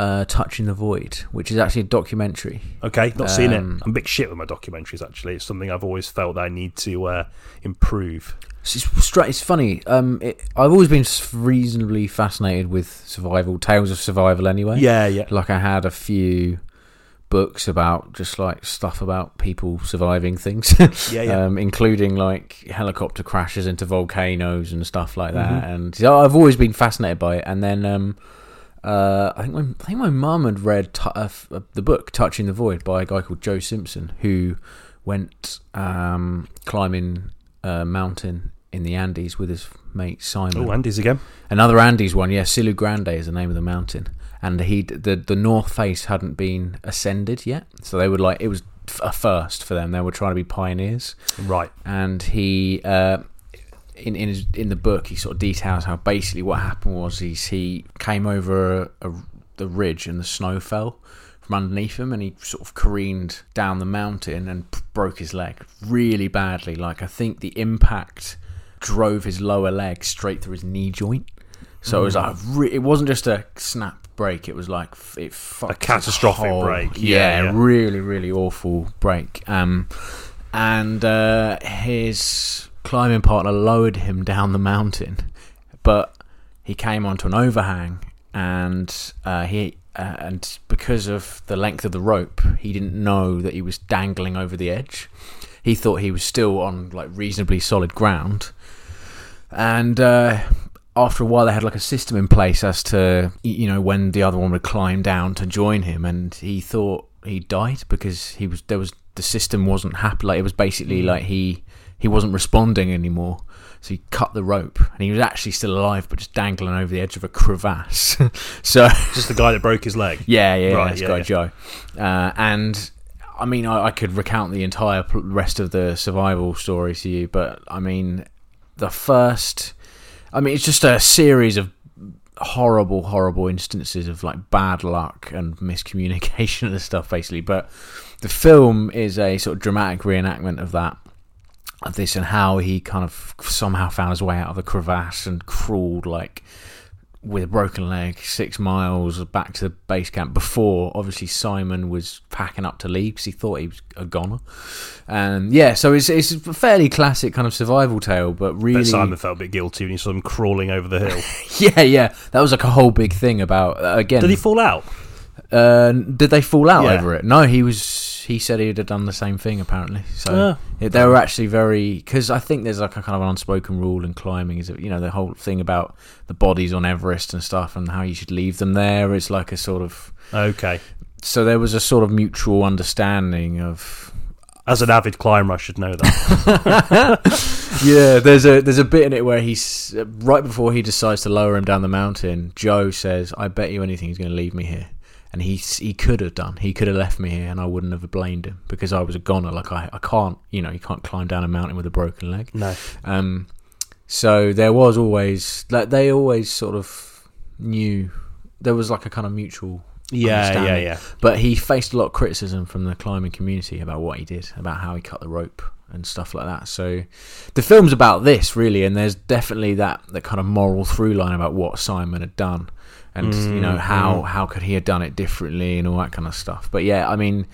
B: uh, Touching the Void, which is actually a documentary.
A: Okay, not seen it.
B: Um,
A: I'm a bit shit with my documentaries. Actually, it's something I've always felt that I need to uh, improve.
B: It's, it's, stra- it's funny. Um, it, I've always been s- reasonably fascinated with survival, tales of survival anyway.
A: Yeah, yeah,
B: Like I had a few books about just like stuff about people surviving things. *laughs*
A: Yeah, yeah.
B: Um, including like helicopter crashes into volcanoes and stuff like that.
A: Mm-hmm.
B: And so I've always been fascinated by it. And then um, uh, I think my, I think my mum had read tu- uh, f- uh, the book Touching the Void by a guy called Joe Simpson, who went um, climbing a mountain in the Andes with his mate Simon.
A: Oh, Andy's again.
B: Another Andes one, yeah. Silu Grande is the name of the mountain, and he the the north face hadn't been ascended yet, so they were like it was f- a first for them. They were trying to be pioneers,
A: Right.
B: and he uh, in in his, in the book he sort of details how basically what happened was he's, he came over a, a, the ridge and the snow fell from underneath him and he sort of careened down the mountain and p- broke his leg really badly like i think the impact drove his lower leg straight through his knee joint so it
A: Hmm.
B: was like re- it wasn't just a snap break it was like f- it fucked his
A: catastrophic
B: whole-
A: break.
B: yeah,
A: Yeah, yeah.
B: really really awful break um and uh, his climbing partner lowered him down the mountain, but he came onto an overhang, and uh, he uh, and because of the length of the rope, he didn't know that he was dangling over the edge. He thought he was still on like reasonably solid ground, and uh, after a while, they had like a system in place as to y- you know when the other one would climb down to join him, and he thought he died because he was there was the system wasn't happy. Like it was basically like he he wasn't responding anymore. So he cut the rope, and he was actually still alive, but just dangling over the edge of a crevasse. *laughs* so
A: Just the guy that broke his leg.
B: yeah, yeah,
A: Right,
B: yeah, it's
A: yeah,
B: Guy
A: yeah.
B: Joe. Uh, and I mean, I, I could recount the entire pl- rest of the survival story to you, but I mean, the first. I mean, it's just a series of horrible, horrible instances of like bad luck and miscommunication *laughs* and stuff, basically. But the film is a sort of dramatic reenactment of that. Of this and how he kind of somehow found his way out of the crevasse and crawled like with a broken leg, six miles back to the base camp before obviously Simon was packing up to leave because he thought he was a goner. And yeah, so it's it's a fairly classic kind of survival tale, but *laughs* really
A: But Simon felt a bit guilty when he saw him crawling over the hill.
B: *laughs* yeah, yeah, that was like a whole big thing about again.
A: Did he fall out?
B: uh, did they fall out
A: Yeah.
B: over it? No, he was. He said he'd have done the same thing apparently. So
A: Ah.
B: yeah, they were actually very because I think there's like a kind of an unspoken rule in climbing is that you know the whole thing about the bodies on Everest and stuff and how you should leave them there is like a sort of
A: Okay.
B: so there was a sort of mutual understanding of
A: As an avid climber, I should know *laughs* that.
B: yeah, there's a there's a bit in it where he's right before he decides to lower him down the mountain. Joe says, "I bet you anything he's going to leave me here," and he s- he could have done. He could have left me here, and I wouldn't have blamed him because I was a goner. Like I, I can't you know you can't climb down a mountain with a broken leg.
A: no.
B: Um, so there was always like they always sort of knew there was like a kind of mutual
A: Yeah, yeah,
B: understanding.
A: yeah.
B: But he faced a lot of criticism from the climbing community about what he did, about how he cut the rope and stuff like that. So the film's about this really, and there's definitely that that kind of moral through line about what Simon had done, and you
A: Mm,
B: know how how could he have done it differently and all that kind of stuff. But yeah, I mean.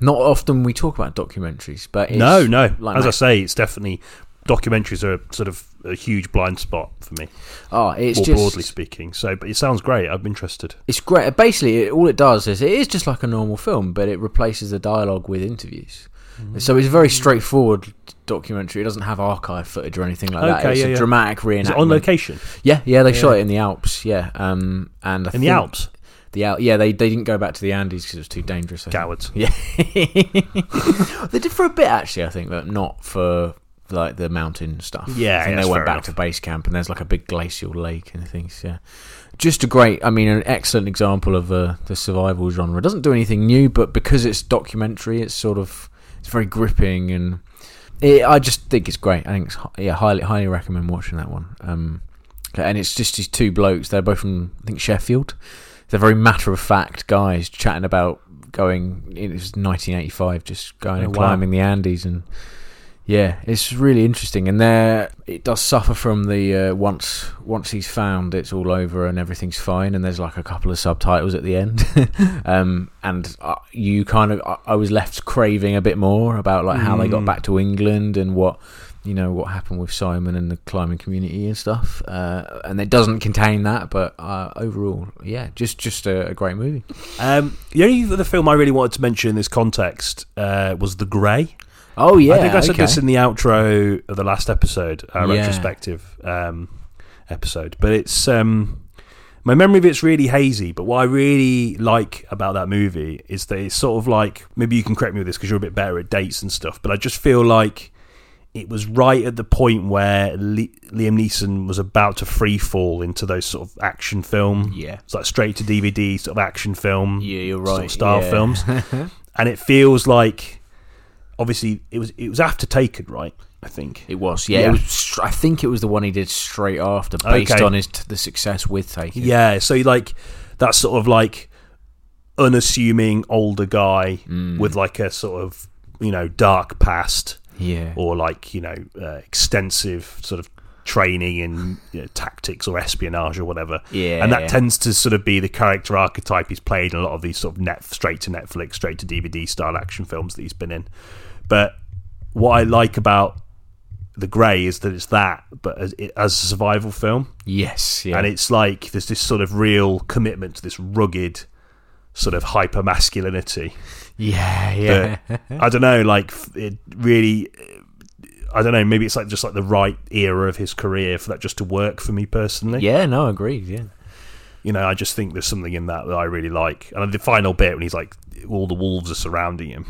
B: Not often we talk about documentaries, but it's
A: no, no.
B: like
A: As I
B: Max
A: say, it's definitely documentaries are sort of a huge blind spot for me,
B: Oh, it's
A: more
B: just
A: broadly speaking. So, but it sounds great. I'm interested.
B: it's great. Basically, it, all it does is it is just like a normal film, but it replaces the dialogue with interviews.
A: Mm.
B: So it's a very straightforward documentary. It doesn't have archive footage or anything like that.
A: Okay,
B: It's
A: yeah,
B: a
A: yeah.
B: dramatic
A: Is
B: reenactment.
A: it on location
B: Yeah, yeah, they shot it in the Alps. Yeah, um, and I
A: in
B: think
A: the Alps?
B: the Al- yeah, they they didn't go back to the Andes because it was too dangerous. I think.
A: *laughs* Cowards.
B: *laughs* Yeah, they did for a bit actually, I think, but not for like the mountain stuff.
A: Yeah,
B: I think
A: yeah,
B: they
A: that's
B: went
A: fair
B: back
A: enough.
B: to base camp, and there's like a big glacial lake and things. Yeah, just a great, I mean, an excellent example of uh, the survival genre. It doesn't do anything new, but because it's documentary, it's sort of it's very gripping, and it, I just think it's great. I think it's hi- yeah, highly highly recommend watching that one. Um, and it's just these two blokes. They're both from I think Sheffield. They're very matter of fact guys chatting about going. It was 1985, just going and
A: Oh, wow.
B: climbing the Andes, and yeah, it's really interesting. And there, it does suffer from the uh, once once he's found, it's all over and everything's fine. And there's like a couple of subtitles at the end, *laughs* um, and uh, you kind of I, I was left craving a bit more about like how they got
A: Mm.
B: back to England and what you know what happened with Simon and the climbing community and stuff. Uh, and it doesn't contain that, but uh, overall, yeah, just just a, a great movie.
A: Um, the only other film I really wanted to mention in this context uh, was The Grey.
B: Oh yeah,
A: I think I said
B: okay.
A: this in the outro of the last episode, our
B: Yeah.
A: retrospective um, episode. But it's um, my memory of it's really hazy. But what I really like about that movie is that it's sort of like maybe you can correct me with this because you're a bit better at dates and stuff. But I just feel like it was right at the point where Le- Liam Neeson was about to free fall into those sort of action film,
B: Yeah.
A: it's like straight to DVD sort of action film,
B: Yeah, you're
A: sort
B: right.
A: of style
B: yeah.
A: films,
B: *laughs*
A: and it feels like obviously it was it was after Taken, right? I think.
B: It was, yeah.
A: Yeah.
B: It was. str- I think it was the one he did straight after, based
A: Okay.
B: on his t- the success with Taken.
A: Yeah, so like that sort of like unassuming older guy
B: Mm.
A: with like a sort of you know dark past
B: yeah,
A: or like you know uh, extensive sort of training in you know, tactics or espionage or whatever.
B: Yeah,
A: and that
B: yeah.
A: tends to sort of be the character archetype he's played in a lot of these sort of net straight to Netflix, straight to DVD style action films that he's been in. But what I like about the Grey is that it's that, but as, it, as a survival film,
B: yes, yeah.
A: and it's like there's this sort of real commitment to this rugged sort of hyper masculinity
B: yeah, yeah,
A: but I don't know, like f- it really. I don't know. Maybe it's like just like the right era of his career for that just to work for me personally.
B: yeah. No, agreed. Yeah,
A: You know, I just think there's something in that that I really like. And the final bit when he's like, all the wolves are surrounding him,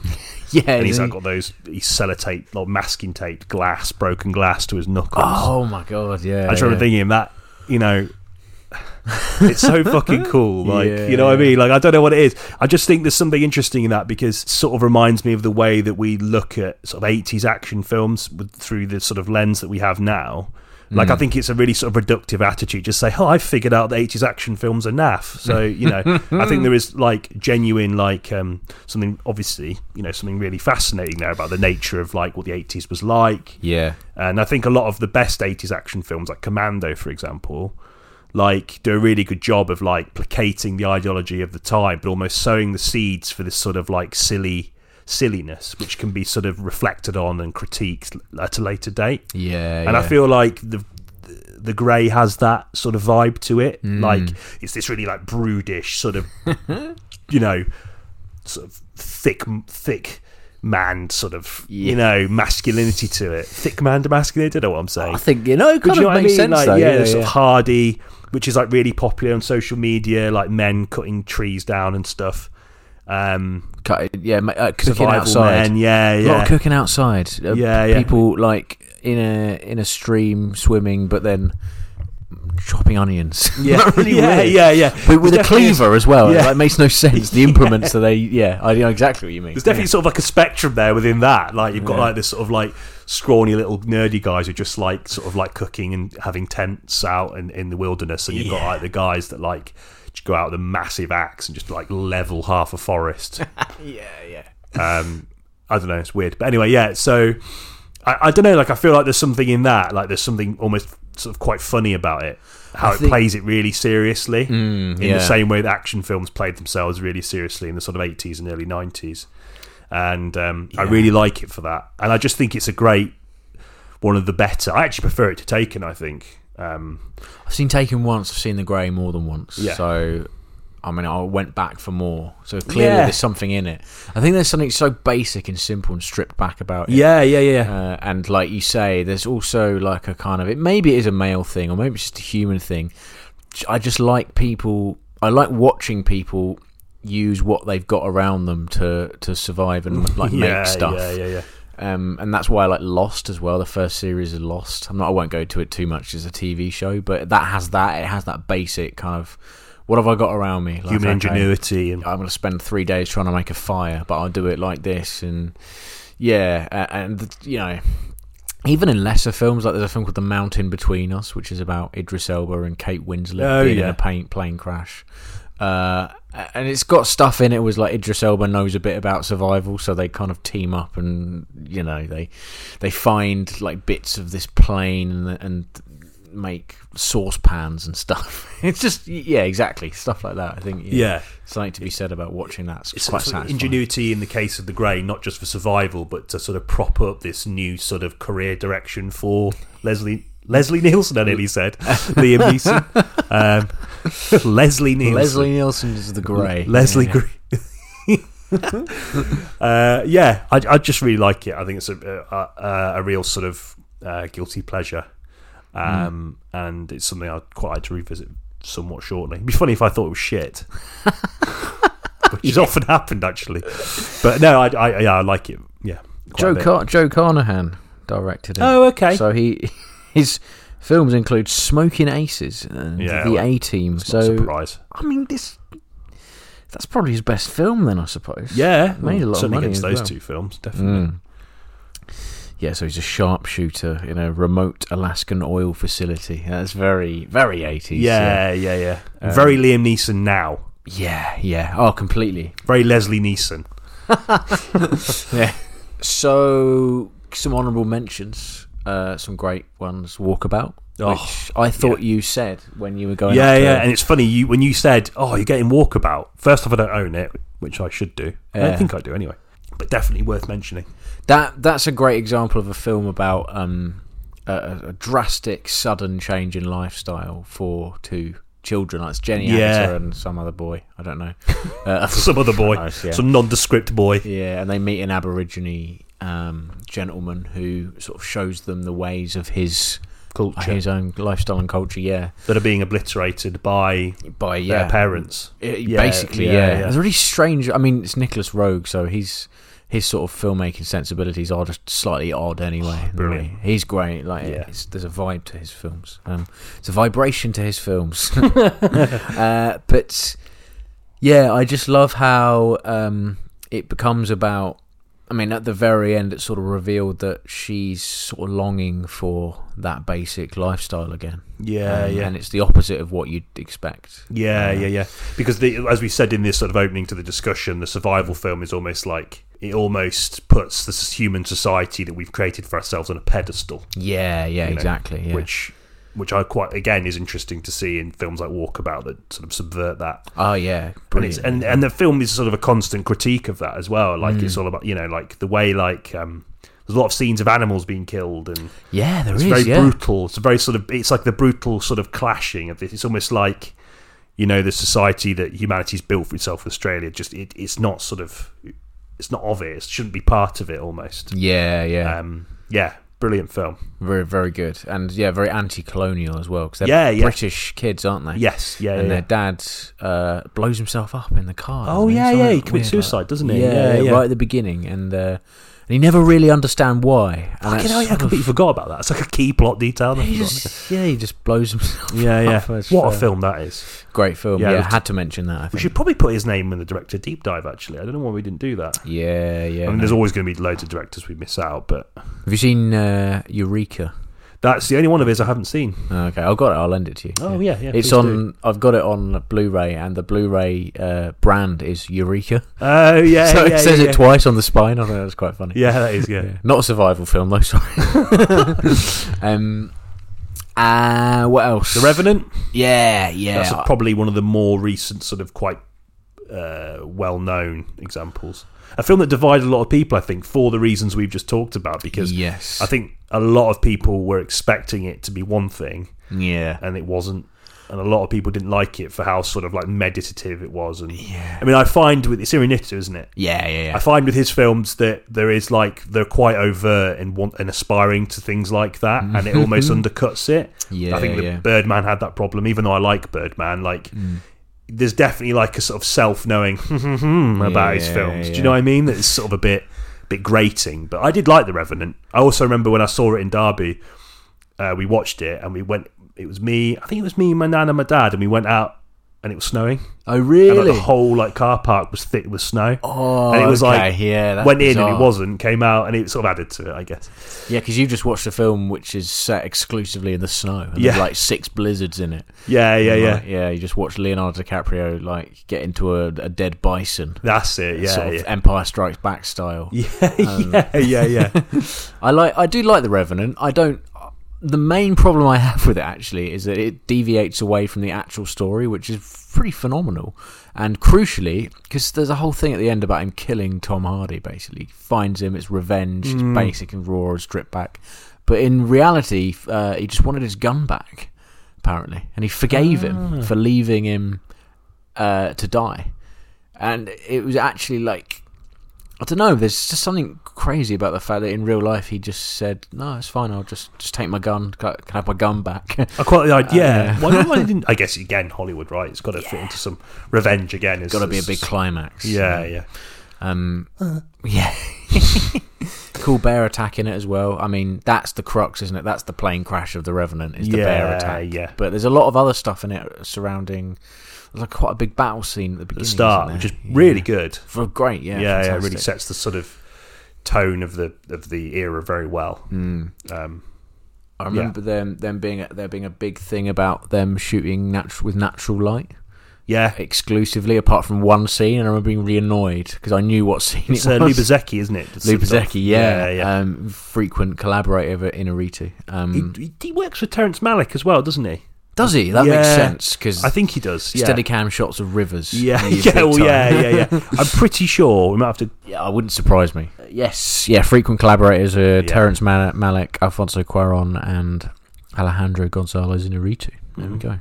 B: Yeah,
A: and he's
B: isn't he?
A: like got those he's sellotape, like masking tape, glass, broken glass to his knuckles.
B: oh my god, yeah.
A: I just remember
B: yeah.
A: thinking that, you know, it's so
B: *laughs*
A: fucking cool. Like, you know what I
B: Yeah.
A: mean? Like, I don't know what it is. I just think there's something interesting in that because it sort of reminds me of the way that we look at sort of 80s action films with, through the sort of lens that we have now. Like, I
B: Mm.
A: think it's a really sort of reductive attitude. Just say, oh, I've figured out the 80s action films are naff. So, you know, I think there is like genuine, like, um, something obviously, you know, something really fascinating there about the nature of like what the 80s was like.
B: Yeah,
A: And I think a lot of the best 80s action films, like Commando, for example, like do a really good job of like placating the ideology of the time, but almost sowing the seeds for this sort of like silly silliness, which can be sort of reflected on and critiqued at a later date.
B: yeah.
A: And I
B: yeah.
A: feel like the the grey has that sort of vibe to it.
B: Mm.
A: Like it's this really like brutish sort of,
B: *laughs*
A: you know, sort of thick, thick man sort of
B: Yeah.
A: you know masculinity to it. Thick man to masculinity. I don't know what I'm saying.
B: I think you know, it
A: But
B: kind
A: you know
B: of
A: what I
B: makes
A: mean?
B: sense
A: Like,
B: though.
A: yeah,
B: yeah,
A: there's sort of Hardy, which is like really popular on social media, like men cutting trees down and stuff. Um,
B: Cut it- yeah, ma- uh, cooking
A: survival
B: outside.
A: men, yeah,
B: A lot of
A: yeah.
B: cooking outside. Uh,
A: Yeah, yeah.
B: People like in a in a stream swimming, but then chopping onions. *laughs*
A: yeah,
B: really
A: *laughs* yeah,
B: weird.
A: yeah, yeah.
B: But with a
A: There's definitely-
B: cleaver as well,
A: yeah.
B: It like, makes no sense.
A: *laughs*
B: The implements that they, yeah, I know exactly what you mean.
A: There's definitely sort of like a spectrum there within that. Like you've got
B: Yeah.
A: like this sort of like scrawny little nerdy guys who just like sort of like cooking and having tents out in, in the wilderness, and you've got
B: Yeah.
A: like the guys that like just go out with a massive axe and just like level half a forest.
B: yeah, yeah,
A: um, I don't know, it's weird. But anyway, yeah. So I, I don't know. Like I feel like there's something in that. Like there's something almost sort of quite funny about it. How
B: I
A: it
B: think- Mm,
A: plays it really seriously in
B: yeah.
A: the same way that action films played themselves really seriously in the sort of 80s and early 90s. And um, I really like it for that. And I just think it's a great one of the better. I actually prefer it to Taken. I think. Um,
B: I've seen Taken once. I've seen The Grey more than once.
A: Yeah.
B: So, I mean, I went back for more. So clearly,
A: Yeah.
B: there's something in it. I think there's something so basic and simple and stripped back about it.
A: yeah, yeah, yeah.
B: Uh, and like you say, there's also like a kind of it. Maybe it is a male thing, or maybe it's just a human thing. J- I just like people. I like watching people use what they've got around them to to survive and
A: *laughs*
B: like
A: yeah,
B: make stuff.
A: yeah, yeah, yeah.
B: Um, and that's why I like Lost as well. The first series of Lost. I'm not. I won't go to it too much as a TV show, but that has that. It has that basic kind of what have I got around me? Like,
A: Human
B: okay,
A: ingenuity and
B: I'm going to spend three days trying to make a fire, but I'll do it like this. And yeah, a- and you know, even in lesser films, like there's a film called The Mountain Between Us, which is about Idris Elba and Kate Winslet
A: Oh,
B: being in
A: yeah.
B: a plane, plane crash. Uh, and it's got stuff in it. Was like Idris Elba knows a bit about survival, so they kind of team up, and you know they they find like bits of this plane and, and make saucepans and stuff. *laughs* It's just yeah, exactly stuff like that. I think
A: yeah.
B: something to be said about watching that. It's,
A: it's
B: quite
A: sort of
B: satisfying.
A: ingenuity in the case of the grey, not just for survival, but to sort of prop up this new sort of career direction for Leslie Leslie Nielsen. I nearly said
B: *laughs*
A: Liam Neeson. Um, Leslie Nielsen.
B: Leslie Nielsen is the grey.
A: Leslie
B: Yeah.
A: Green. *laughs* uh, yeah, I, I just really like it. I think it's a a, a real sort of uh, guilty pleasure, um,
B: Mm.
A: and it's something I'd quite like to revisit somewhat shortly. It'd be funny if I thought it
B: *laughs*
A: was shit, which has often happened actually. But no, I, I yeah, I like it. Yeah, quite a
B: Joe
A: bit.
B: Car- Joe Carnahan directed it.
A: Oh, okay.
B: So he *laughs* his films include Smoking Aces and
A: Yeah,
B: The
A: well,
B: A Team.
A: Not a
B: So
A: surprise.
B: I mean this that's probably his best film then I suppose.
A: Yeah,
B: made a lot of
A: certainly
B: money
A: against
B: as
A: those
B: well.
A: two films, definitely.
B: Mm. Yeah, so he's a sharpshooter in a remote Alaskan oil facility. That's very, very 80s.
A: Yeah, yeah, yeah.
B: Um,
A: Very Liam Neeson now.
B: Yeah, yeah. Oh, completely.
A: Very Leslie Neeson.
B: yeah. So some honourable mentions, uh, some great ones. Walkabout,
A: Oh,
B: which I thought you said when you were going.
A: Yeah,
B: up to-
A: yeah, and it's funny you when you said, "Oh, you're getting Walkabout." First off, I don't own it, which I should do. I
B: Yeah.
A: don't think I do anyway, but definitely worth mentioning. *laughs*
B: that that's a great example of a film about um, a, a drastic, sudden change in lifestyle for two children. That's Jenny
A: Yeah.
B: Agutter and some other boy. I don't know. Uh, *laughs*
A: Some other boy,
B: Nice, yeah.
A: some nondescript boy.
B: Yeah, and they meet an Aborigine um, gentleman who sort of shows them the ways of his
A: culture
B: his own lifestyle and culture. Yeah,
A: that are being obliterated by
B: by yeah,
A: their parents.
B: It-
A: Yeah,
B: basically,
A: yeah,
B: yeah,
A: yeah.
B: It's really strange. I mean, it's Nicholas Rogue, so he's his sort of filmmaking sensibilities are just slightly odd anyway.
A: *sighs* Brilliant.
B: He's great. Like,
A: Yeah.
B: it's, there's a vibe to his films. Um, it's a vibration to his
A: *laughs*
B: films. *laughs* uh, but yeah, I just love how um, it becomes about. I mean, at the very end, it's sort of revealed that she's sort of longing for that basic lifestyle again.
A: Yeah,
B: Um,
A: yeah.
B: And it's the opposite of what you'd expect.
A: Yeah, yeah, yeah. Because the, as we said in this sort of opening to the discussion, the survival film is almost like it almost puts this human society that we've created for ourselves on a pedestal,
B: Yeah, yeah,
A: You know,
B: exactly. yeah.
A: which which I quite again is interesting to see in films like Walkabout that sort of subvert that.
B: Oh yeah,
A: And, it's,
B: brilliant. Mm.
A: and and the film is sort of a constant critique of that as well. Like it's all about you know like the way like um, there's a lot of scenes of animals being killed and
B: yeah, there
A: it's
B: is.
A: very
B: yeah.
A: brutal. It's a very sort of it's like the brutal sort of clashing of this. It's almost like you know the society that humanity's built for itself, Australia. Just it, it's not sort of it's not of it. It shouldn't be part of it. Almost.
B: Yeah, yeah,
A: Um, yeah, brilliant film.
B: very, very good, and yeah, very anti-colonial as well because they're
A: Yeah, yeah.
B: British kids, aren't they?
A: Yes. Yeah.
B: and
A: yeah.
B: their dad uh, blows himself up in the car.
A: Oh,
B: doesn't
A: yeah,
B: Something
A: yeah, he
B: weird
A: commits
B: like
A: suicide,
B: that.
A: doesn't he?
B: Yeah,
A: Yeah, yeah.
B: right at the beginning, and uh, and you never really understand why. And
A: Fucking
B: that's
A: hell, yeah, I
B: sort of- *laughs*
A: completely forgot about that. It's like a key plot detail. and I've
B: he
A: forgotten
B: just, yeah, he just blows himself.
A: it. Yeah,
B: up. *laughs*
A: yeah.
B: It's,
A: What a
B: uh,
A: film that is.
B: Great film.
A: Yeah,
B: Yeah,
A: it was-
B: had to mention that. I
A: We
B: think.
A: should probably put his name in the director deep dive. Actually, I don't know why we didn't do that.
B: Yeah, yeah.
A: I mean,
B: no.
A: there's always going to be loads of directors we miss out, but
B: Have you seen uh, Eureka?
A: that's the only one of his I haven't seen.
B: Oh, okay, I've got it. I'll lend it to you.
A: Oh yeah, yeah.
B: it's
A: please
B: on.
A: do.
B: I've got it on Blu-ray, and the Blu-ray uh, brand is Eureka. *laughs*
A: Oh yeah,
B: so
A: yeah,
B: it says
A: yeah,
B: it twice on the spine. I thought that was quite funny.
A: Yeah, that is yeah.
B: Yeah. not a survival film though. *laughs* Sorry.
A: *laughs*
B: um, uh, what else?
A: The Revenant.
B: Yeah, yeah.
A: That's probably one of the more recent sort of quite uh, well-known examples. A film that divided a lot of people, I think, for the reasons we've just talked about. Because
B: yes,
A: I think a lot of people were expecting it to be one thing,
B: yeah.
A: and it wasn't. And a lot of people didn't like it for how sort of like meditative it was. And I mean, I find with it's Irinita, isn't it?
B: yeah, yeah,
A: I
B: yeah,
A: find with his films that there is like they're quite overt and want and aspiring to things like that, and it almost undercuts it.
B: Mm-hmm. Yeah,
A: I think that
B: yeah. Mm.
A: Birdman had that problem. Even though I like Birdman, like there's definitely like a sort of self-knowing *laughs* about his
B: Yeah,
A: films. Do you
B: yeah.
A: know what I mean? That it's sort of a bit bit grating. But I did like The Revenant. I also remember when I saw it in Derby, uh, we watched it and we went. It was me. I think it was me, my nan, and my dad, and we went out. And it was snowing,
B: Oh
A: and like,
B: really?
A: the whole like car park was thick with snow
B: oh,
A: and it was
B: okay,
A: like
B: yeah, that's
A: went in and
B: bizarre.
A: it wasn't came out and it sort of added to it i guess
B: Yeah, because you just watched a film which is set exclusively in the snow. And
A: Yeah.
B: there's like six blizzards in it.
A: yeah yeah yeah
B: Like, yeah. You just watch Leonardo DiCaprio like get into a, a dead bison.
A: that's it yeah
B: sort of *laughs* um,
A: yeah.
B: Empire Strikes Back style.
A: yeah yeah yeah
B: *laughs* I like, I do like the Revenant. I don't. The main problem I have with it actually is that it deviates away from the actual story, which is pretty phenomenal. And crucially, because there's a whole thing at the end about him killing Tom Hardy, basically finds him. It's revenge. It's basic and raw and stripped back. But in reality, uh, he just wanted his gun back, apparently, and he forgave him for leaving him uh, to die. And it was actually like I don't know. There's just something crazy about the fact that in real life he just said, "No, it's fine. I'll just just take my gun. Can can I have my gun back?" *laughs*
A: i quite like
B: Uh,
A: yeah Why- why didn't- i guess again hollywood right it's got to fit into some revenge again it's
B: Got to be a big climax.
A: yeah yeah
B: Um. Yeah. *laughs* cool bear attack in it as well. I mean, that's the crux, isn't it? That's the plane crash of the Revenant. Is the bear
A: Yeah,
B: attack?
A: yeah.
B: But there's a lot of other stuff in it surrounding. There's like quite a big battle scene at the beginning.
A: the start
B: isn't
A: which
B: there?
A: is really good
B: Yeah. F- great. Yeah.
A: yeah yeah, it really
B: fantastic.
A: sets the sort of tone of the of the era very well
B: Mm.
A: um
B: Hmm. I remember them them being a- there being a big thing about them shooting natural with natural light.
A: yeah
B: exclusively, apart from one scene, and I remember being really annoyed because I knew what *laughs* scene
A: it's
B: it
A: uh,
B: was.
A: Lubezeki, isn't it? It's-
B: Lubezeki, yeah,
A: yeah, yeah.
B: Um, frequent collaborator in Inarritu. Um,
A: He, he works with Terrence Malick as well, doesn't he?
B: does he? That makes
A: Yeah.
B: sense because
A: I think he does. Yeah.
B: steady cam shots of rivers.
A: Yeah,
B: in your
A: *laughs* yeah,
B: big
A: well,
B: time.
A: yeah, yeah, yeah. I'm pretty sure we might have to.
B: *laughs* Yeah, I wouldn't surprise me. Uh, yes, yeah, frequent collaborators are Terrence Mal- Malick, Alfonso Cuaron, and Alejandro Gonzalez Inarritu. There
A: Mm-hmm.
B: we go.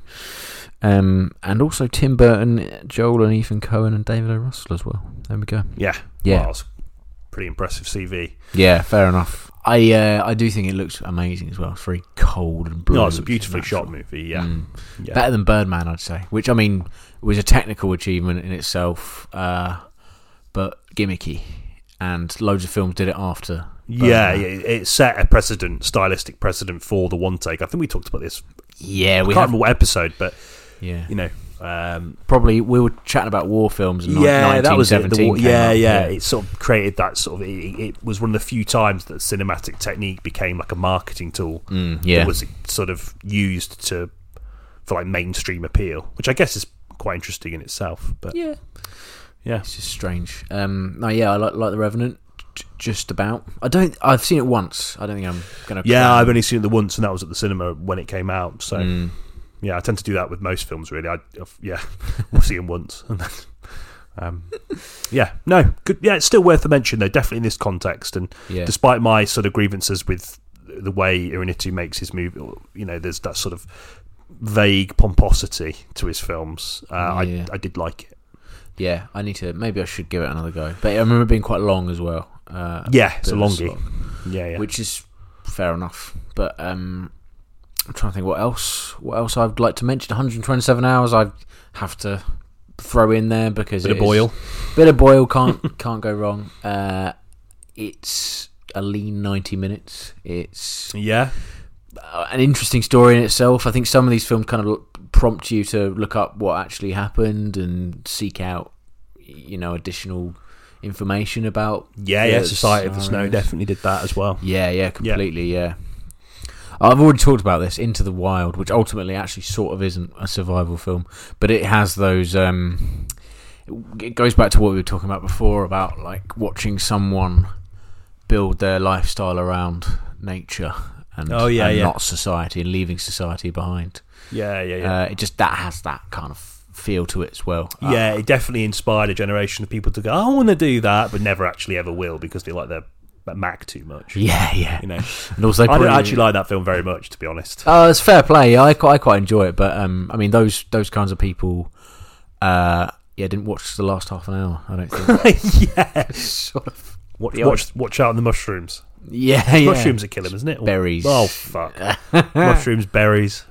B: Um, and also Tim Burton, Joel and Ethan Cohen, and David O. Russell as well. There we go.
A: Yeah,
B: Yeah.
A: Well, it's pretty impressive CV.
B: Yeah, fair enough. I uh, I do think it looks amazing as well. It's very cold and blue.
A: No, it's a
B: and
A: beautifully
B: natural.
A: shot movie. Yeah,
B: Mm.
A: yeah.
B: Better than Birdman, I'd say. Which I mean was a technical achievement in itself, uh, but gimmicky. And loads of films did it after.
A: yeah,
B: Birdman.
A: yeah, it set a precedent, stylistic precedent for the one take. I think we talked about this.
B: yeah.
A: I
B: We
A: can't
B: have,
A: remember what episode, but
B: yeah,
A: you know, um,
B: probably we were chatting about war films. And
A: yeah, that was it. The wa-
B: 1917 came
A: yeah,
B: out,
A: yeah, It sort of created that sort of. It, it was one of the few times that cinematic technique became like a marketing tool.
B: Mm, yeah.
A: that was sort of used to for like mainstream appeal, which I guess is quite interesting in itself. But
B: yeah.
A: yeah,
B: It's just strange. Um, no, yeah, I like, like the Revenant. j- Just about. I don't. I've seen it once. I don't think I'm gonna.
A: yeah,
B: cry.
A: I've only seen it the once, and that was at the cinema when it came out. So
B: Mm.
A: yeah, I tend to do that with most films. Really, I I've- yeah, *laughs* we'll see them once, and then um, yeah, no, good. Yeah, it's still worth a mention though, definitely in this context. And
B: Yeah.
A: despite my sort of grievances with the way Irinitu makes his movie, you know, there's that sort of vague pomposity to his films. Uh,
B: Yeah.
A: I I did like it.
B: Yeah, I need to. Maybe I should give it another go. But I remember it being quite long as well. Uh,
A: Yeah, it's a
B: bit of
A: longie.
B: slog,
A: Yeah, yeah.
B: which is fair enough. But um, I'm trying to think what else. What else I'd like to mention? 127 hours. I have to throw in there because it
A: Bit of
B: is-
A: Boyle.
B: bit of
A: *laughs*
B: boil can't can't go wrong. Uh, it's a lean 90 minutes. It's
A: Yeah,
B: uh, an interesting story in itself. I think some of these films kind of l- prompt you to look up what actually happened and seek out, you know, additional information about.
A: yeah, yeah.
B: the
A: Society of the Snow
B: scenarios.
A: definitely did that as well.
B: Yeah, yeah, completely. Yeah. I've already talked about this Into the Wild, which ultimately actually sort of isn't a survival film, but it has those. Um, it goes back to what we were talking about before about like watching someone build their lifestyle around nature and,
A: Oh, yeah,
B: and
A: yeah.
B: not society and leaving society behind.
A: Yeah, yeah, yeah.
B: Uh, it just that has that kind of feel to it as well. Uh,
A: yeah, it definitely inspired a generation of people to go, I want to do that, but never actually ever will because they like their Mac too much.
B: yeah, yeah.
A: You know,
B: And also,
A: I
B: probably-
A: don't actually like that film very much, to be
B: *laughs*
A: honest.
B: Oh, it's fair play. I quite, I quite enjoy it, but um, I mean those those kinds of people, uh, yeah, didn't watch the last half an hour. I don't think.
A: yes.
B: *laughs* sort of.
A: Watch,
B: Yeah.
A: watch, watch out on the mushrooms.
B: Yeah, yeah.
A: Mushrooms are killing, isn't it?
B: Berries. *laughs*
A: Oh, fuck. mushrooms, berries,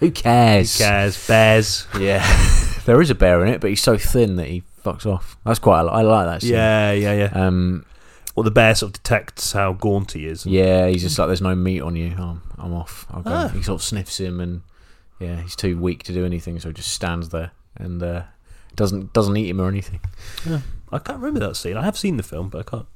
B: Who cares?
A: cares, bears.
B: Yeah, *laughs* there is a bear in it, but he's so thin that he fucks off. That's quite. A, I like that. Scene.
A: Yeah, yeah, yeah.
B: Um.
A: Well, the bear sort of detects how gaunt he is. and-
B: Yeah, he's just like, there's no meat on you. I'm, I'm off. I'll go.
A: Ah.
B: He sort of sniffs him, and yeah, he's too weak to do anything, so he just stands there and uh, doesn't doesn't eat him or anything.
A: I can't remember that scene. I have seen the film, but I can't.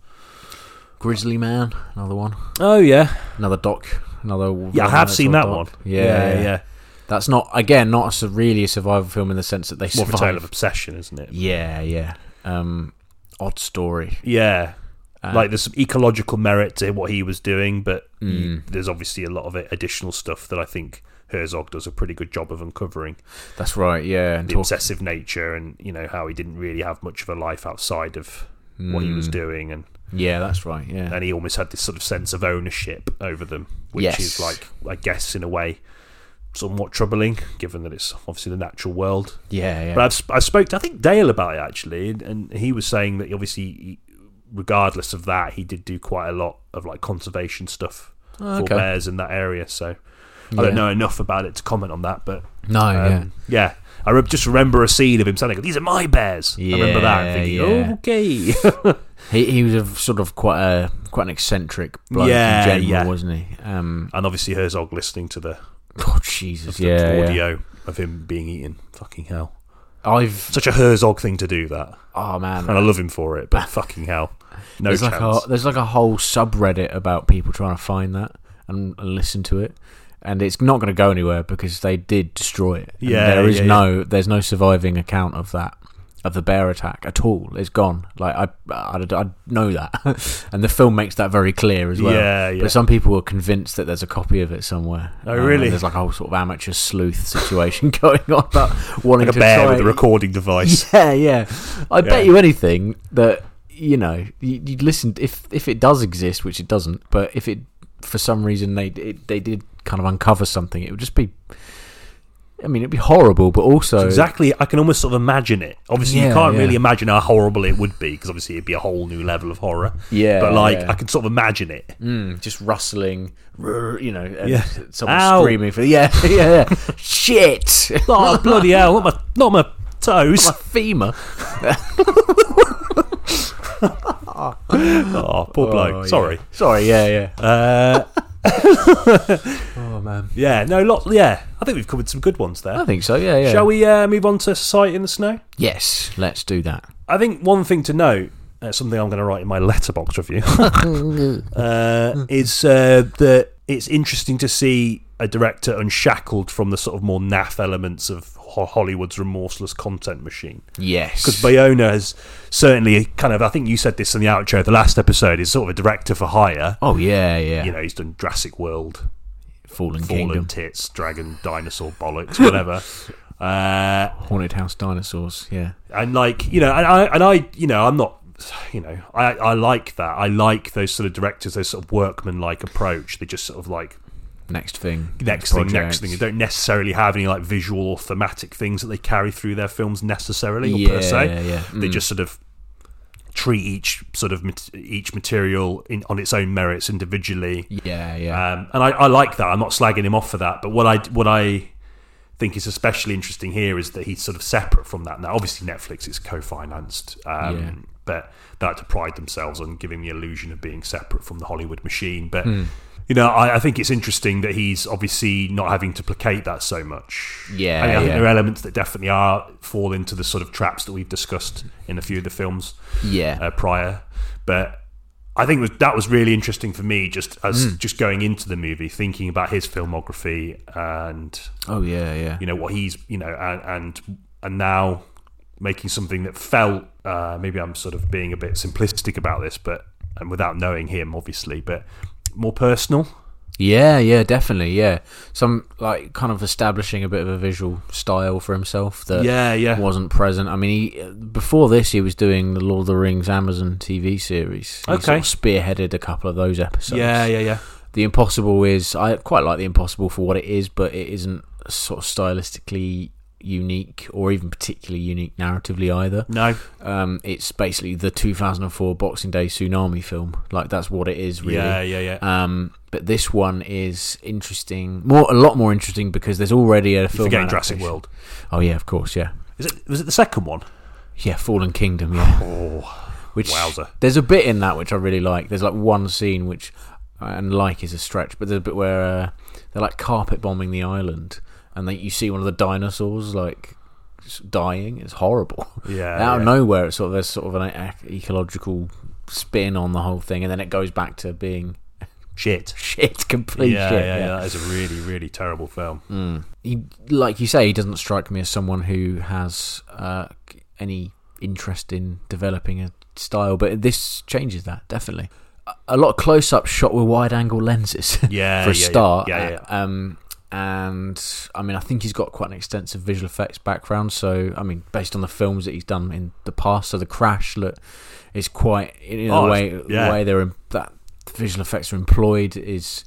B: Grizzly Man, another one.
A: Oh, yeah.
B: another doc, another.
A: Yeah, I have seen that one.
B: Yeah,
A: yeah.
B: yeah, That's not again not a, su- really a survival film in the sense that they
A: More of a tale
B: survive.
A: of obsession, isn't it?
B: yeah, yeah. Um, odd story.
A: Yeah.
B: Uh,
A: like there's some ecological merit to what he was doing, but
B: Mm.
A: there's obviously a lot of additional stuff that I think Herzog does a pretty good job of uncovering.
B: that's right. Yeah, and
A: The
B: talk,
A: obsessive nature and, you know, how he didn't really have much of a life outside of what he was
B: Mm.
A: doing and,
B: yeah, that's right. Yeah,
A: and he almost had this sort of sense of ownership over them, which
B: Yes.
A: is like I guess in a way somewhat troubling given that it's obviously the natural world
B: yeah, yeah.
A: But I've, sp- I spoke to, I think, Dale about it actually, and, and he was saying that obviously, he, regardless of that, he did do quite a lot of like conservation stuff
B: Oh,
A: for
B: okay.
A: bears in that area. So I
B: Yeah.
A: don't know enough about it to comment on that, but
B: No,
A: um,
B: yeah.
A: yeah. I re- just remember a scene of him saying, "These are my bears." I remember that,
B: Yeah,
A: and thinking,
B: yeah.
A: "Oh, okay."
B: *laughs* He he was a sort of quite a quite an eccentric bloke
A: Yeah,
B: in general,
A: yeah.
B: wasn't he? Um,
A: and obviously, Herzog listening to the,
B: God, Jesus,
A: the
B: yeah, yeah.
A: audio of him being eaten. Fucking hell!
B: I've
A: Such a Herzog thing to do that,
B: oh man,
A: and I love him for it. But fucking hell, no
B: there's
A: chance.
B: like a there's like a whole subreddit about people trying to find that and, and listen to it, and it's not going to go anywhere because they did destroy it. And
A: Yeah,
B: there is
A: yeah, yeah.
B: no there's no surviving account of that of the bear attack at all. It's gone. Like I I, I know that, *laughs* and the film makes that very clear as well.
A: Yeah, yeah.
B: But some people are convinced that there's a copy of it somewhere.
A: Oh,
B: and
A: really?
B: There's like a whole sort of amateur sleuth situation *laughs* going on about wanting
A: like
B: to
A: a bear
B: try
A: with a recording device.
B: *laughs* Yeah, yeah. I bet
A: Yeah.
B: you anything that you know you, you'd listen if if it does exist, which it doesn't. But if it for some reason they it, they did kind of uncover something, it would just be I mean, it'd be horrible, but also
A: Exactly. I can almost sort of imagine it. Obviously, you
B: Yeah,
A: can't
B: yeah.
A: really imagine how horrible it would be because obviously it'd be a whole new level of horror.
B: Yeah,
A: But like,
B: yeah.
A: I can sort of imagine it.
B: Mm, just rustling, rrr, you know, and
A: Yeah.
B: someone
A: Ow.
B: screaming for yeah, *laughs* yeah, yeah. shit,
A: Oh bloody hell! Not my, not my
B: *laughs*
A: toes.
B: my femur.
A: Oh, poor
B: *laughs*
A: bloke.
B: Oh, yeah.
A: Sorry.
B: Sorry, yeah, yeah.
A: Uh,
B: Oh man,
A: yeah. No. Lot. Yeah. I think we've covered some good ones there.
B: I think so. Yeah, yeah.
A: Shall we uh, move on to Society in the Snow?
B: Yes, let's do that.
A: I think one thing to note, uh, something I'm going to write in my letterbox review, *laughs* uh, is uh, that it's interesting to see a director unshackled from the sort of more naff elements of Ho- Hollywood's remorseless content machine.
B: Yes,
A: Because Bayona has certainly kind of, I think you said this in the outro of the last episode, is sort of a director for hire.
B: oh yeah, yeah.
A: You know, he's done Jurassic World,
B: Fallen,
A: Fallen
B: Kingdom,
A: Tits, Dragon, Dinosaur Bollocks, whatever. uh,
B: Haunted House Dinosaurs. Yeah,
A: and like you know and I and I you know I'm not you know I I like that I like those sort of directors those sort of workman like approach they just sort of like
B: next thing,
A: next thing next
B: project.
A: thing they don't necessarily have any like visual or thematic things that they carry through their films necessarily or
B: Yeah,
A: per se
B: yeah, yeah.
A: they
B: Mm.
A: just sort of treat each sort of mat- each material in, on its own merits individually
B: Yeah, yeah.
A: um, and I, I like that. I'm not slagging him off for that. But what I what I think is especially interesting here is that he's sort of separate from that. Now, obviously, Netflix is co-financed, um,
B: Yeah.
A: but they like to pride themselves on giving the illusion of being separate from the Hollywood machine. But
B: Hmm.
A: you know, I, I think it's interesting that he's obviously not having to placate that so much.
B: Yeah,
A: I, mean, I think
B: yeah.
A: there are elements that definitely are fall into the sort of traps that we've discussed in a few of the films
B: yeah.
A: uh, prior, but I think was, that was really interesting for me. Just as
B: Mm.
A: just going into the movie, thinking about his filmography and
B: oh yeah, yeah.
A: you know what he's you know and and, and now making something that felt uh, maybe I'm sort of being a bit simplistic about this, but and without knowing him, obviously, but more personal.
B: Yeah, yeah, definitely, yeah. Some like kind of establishing a bit of a visual style for himself that
A: Yeah, yeah.
B: wasn't present. I mean, he before this he was doing the Lord of the Rings Amazon TV series. He
A: Okay.
B: sort of spearheaded a couple of those episodes.
A: yeah, yeah.
B: The Impossible is I quite like The Impossible for what it is, but it isn't sort of stylistically unique or even particularly unique narratively either.
A: No,
B: Um, it's basically the 2004 Boxing Day tsunami film. Like that's what it is really.
A: yeah, yeah, yeah.
B: Um, but this one is interesting, more a lot more interesting because there's already a
A: You're
B: film.
A: forgetting Jurassic
B: adaptation.
A: World.
B: Oh yeah, of course, yeah,
A: Is it was it the second one?
B: yeah, Fallen Kingdom,
A: *sighs*
B: yeah.
A: Oh,
B: Which
A: Wowzer.
B: there's a bit in that which I really like. There's like one scene which, and like is a stretch, but there's a bit where uh, they're like carpet bombing the island, and they, you see one of the dinosaurs like s- dying. It's
A: *laughs*
B: horrible.
A: yeah.
B: Out
A: yeah.
B: of nowhere, it's sort of there's sort of an e-, ec- ecological spin on the whole thing, and then it goes back to being *laughs*
A: Shit.
B: shit, complete
A: Yeah,
B: shit.
A: yeah, yeah. That is a really, really terrible
B: *laughs*
A: film.
B: he, like you say, he doesn't strike me as someone who has uh, any interest in developing a style, but this changes that definitely. A- A lot of close-up shot with wide-angle lenses *laughs*
A: Yeah,
B: for a
A: Uh, yeah, yeah.
B: start.
A: Yeah, yeah,
B: Um, and I mean, I think he's got quite an extensive visual effects background. So I mean, based on the films that he's done in the past, so the Crash look is quite in
A: Oh,
B: a way
A: yeah.
B: the way they're em- that visual effects are employed is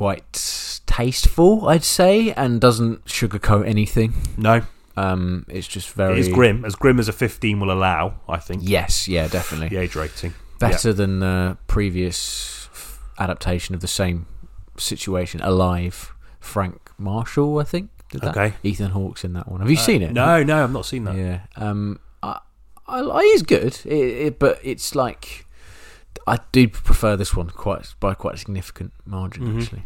B: quite tasteful, I'd say, and doesn't sugarcoat anything.
A: No,
B: Um, it's just very.
A: it is grim, as grim as a 15 will allow, I think.
B: Yes, yeah, definitely
A: The age rating.
B: better than the previous f- adaptation of the same situation, Alive. Frank Marshall, I think. Did that?
A: Okay. Uh,
B: Ethan Hawke's in that one. Have you seen it?
A: No, no, I've not seen that.
B: Yeah. Um. I. I. I is good. It, it, but it's like. I do prefer this one quite by quite a significant margin
A: Mhm.
B: actually.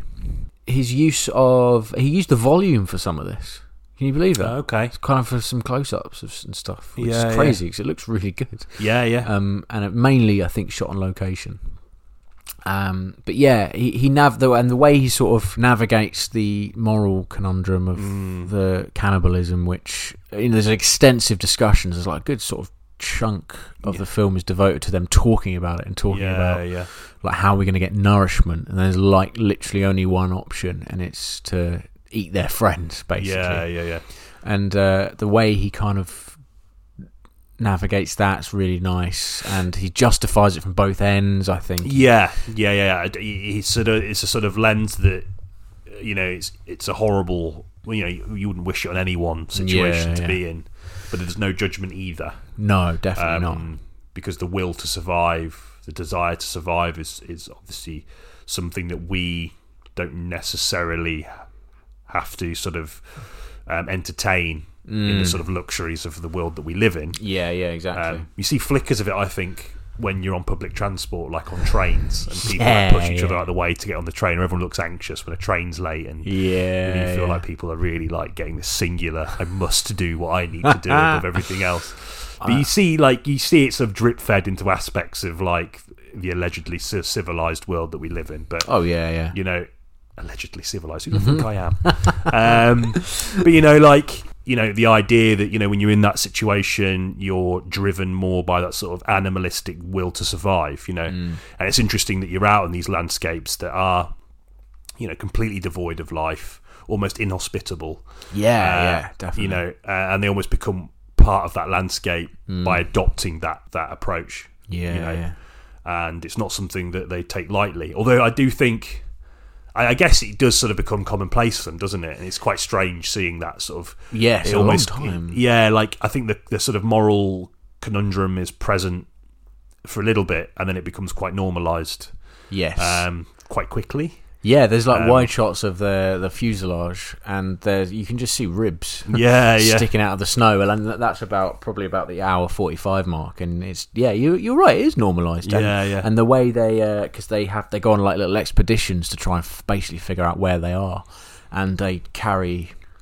B: His use of he used the volume for some of this. Can you believe it?
A: Oh, okay.
B: It's kind of for some close-ups of s- and stuff, which
A: Yeah, yeah.
B: is crazy because it looks really good
A: Yeah, yeah.
B: um, and it mainly I think shot on location. Um, but yeah, he, he nav the and the way he sort of navigates the moral conundrum of
A: Mm.
B: the cannibalism, which you know, there's extensive discussions. There's like a good sort of chunk of the film is devoted to them talking about it and talking
A: yeah,
B: about
A: yeah.
B: like how we're going to get nourishment, and there's like literally only one option, and it's to eat their friends, basically
A: Yeah, yeah, yeah.
B: and uh, the way he kind of navigates that's really nice and he justifies it from both ends i think
A: Yeah, yeah, yeah. He- He's sort of, it's a sort of lens that, you know, it's it's a horrible well, you know you, you wouldn't wish it on anyone situation
B: Yeah,
A: to
B: yeah.
A: be in, but there's no judgment either
B: No, definitely
A: um, because the will to survive, the desire to survive, is is obviously something that we don't necessarily have to sort of um, entertain in
B: Mm.
A: the sort of luxuries of the world that we live in.
B: not. Yeah, yeah, exactly.
A: Um, you see flickers of it, I think, when you're on public transport, like on trains, and people
B: Yeah,
A: like, push each
B: yeah.
A: other out of the way to get on the train, or everyone looks anxious when a train's late, and
B: yeah,
A: you feel
B: yeah.
A: like people are really like getting this singular i must do what i need to do above everything else
B: *laughs*
A: but you see like you see it sort of drip fed into aspects of like the allegedly ci- civilized world that we live in but
B: oh yeah, yeah,
A: you know allegedly civilized who do you
B: Mm-hmm.
A: think i am um, but you know like you know the idea that you know when you're in that situation you're driven more by that sort of animalistic will to survive you know
B: Mm.
A: and it's interesting that you're out in these landscapes that are you know completely devoid of life almost inhospitable
B: yeah,
A: uh,
B: yeah, definitely.
A: You know, uh, and they almost become part of that landscape
B: Mm.
A: by adopting that that approach.
B: yeah,
A: you know,
B: yeah,
A: And it's not something that they take lightly. Although I do think, I, I guess it does sort of become commonplace for them, doesn't it? And it's quite strange seeing that sort of.
B: yeah.
A: it
B: It's a long time.
A: Yeah, like I think the the sort of moral conundrum is present for a little bit, and then it becomes quite normalised
B: yes.
A: um, quite
B: *laughs*
A: quickly.
B: yeah, there's like
A: um,
B: wide shots of the the fuselage, and there's you can just see ribs.
A: Yeah, yeah.
B: Sticking out of the snow, and that- that's about probably about the hour forty-five mark, and it's yeah, you you're right, it is normalised. and-
A: Yeah, yeah.
B: And the way they, because they have, they go on like little expeditions to try and f- basically figure out where they are, and they carry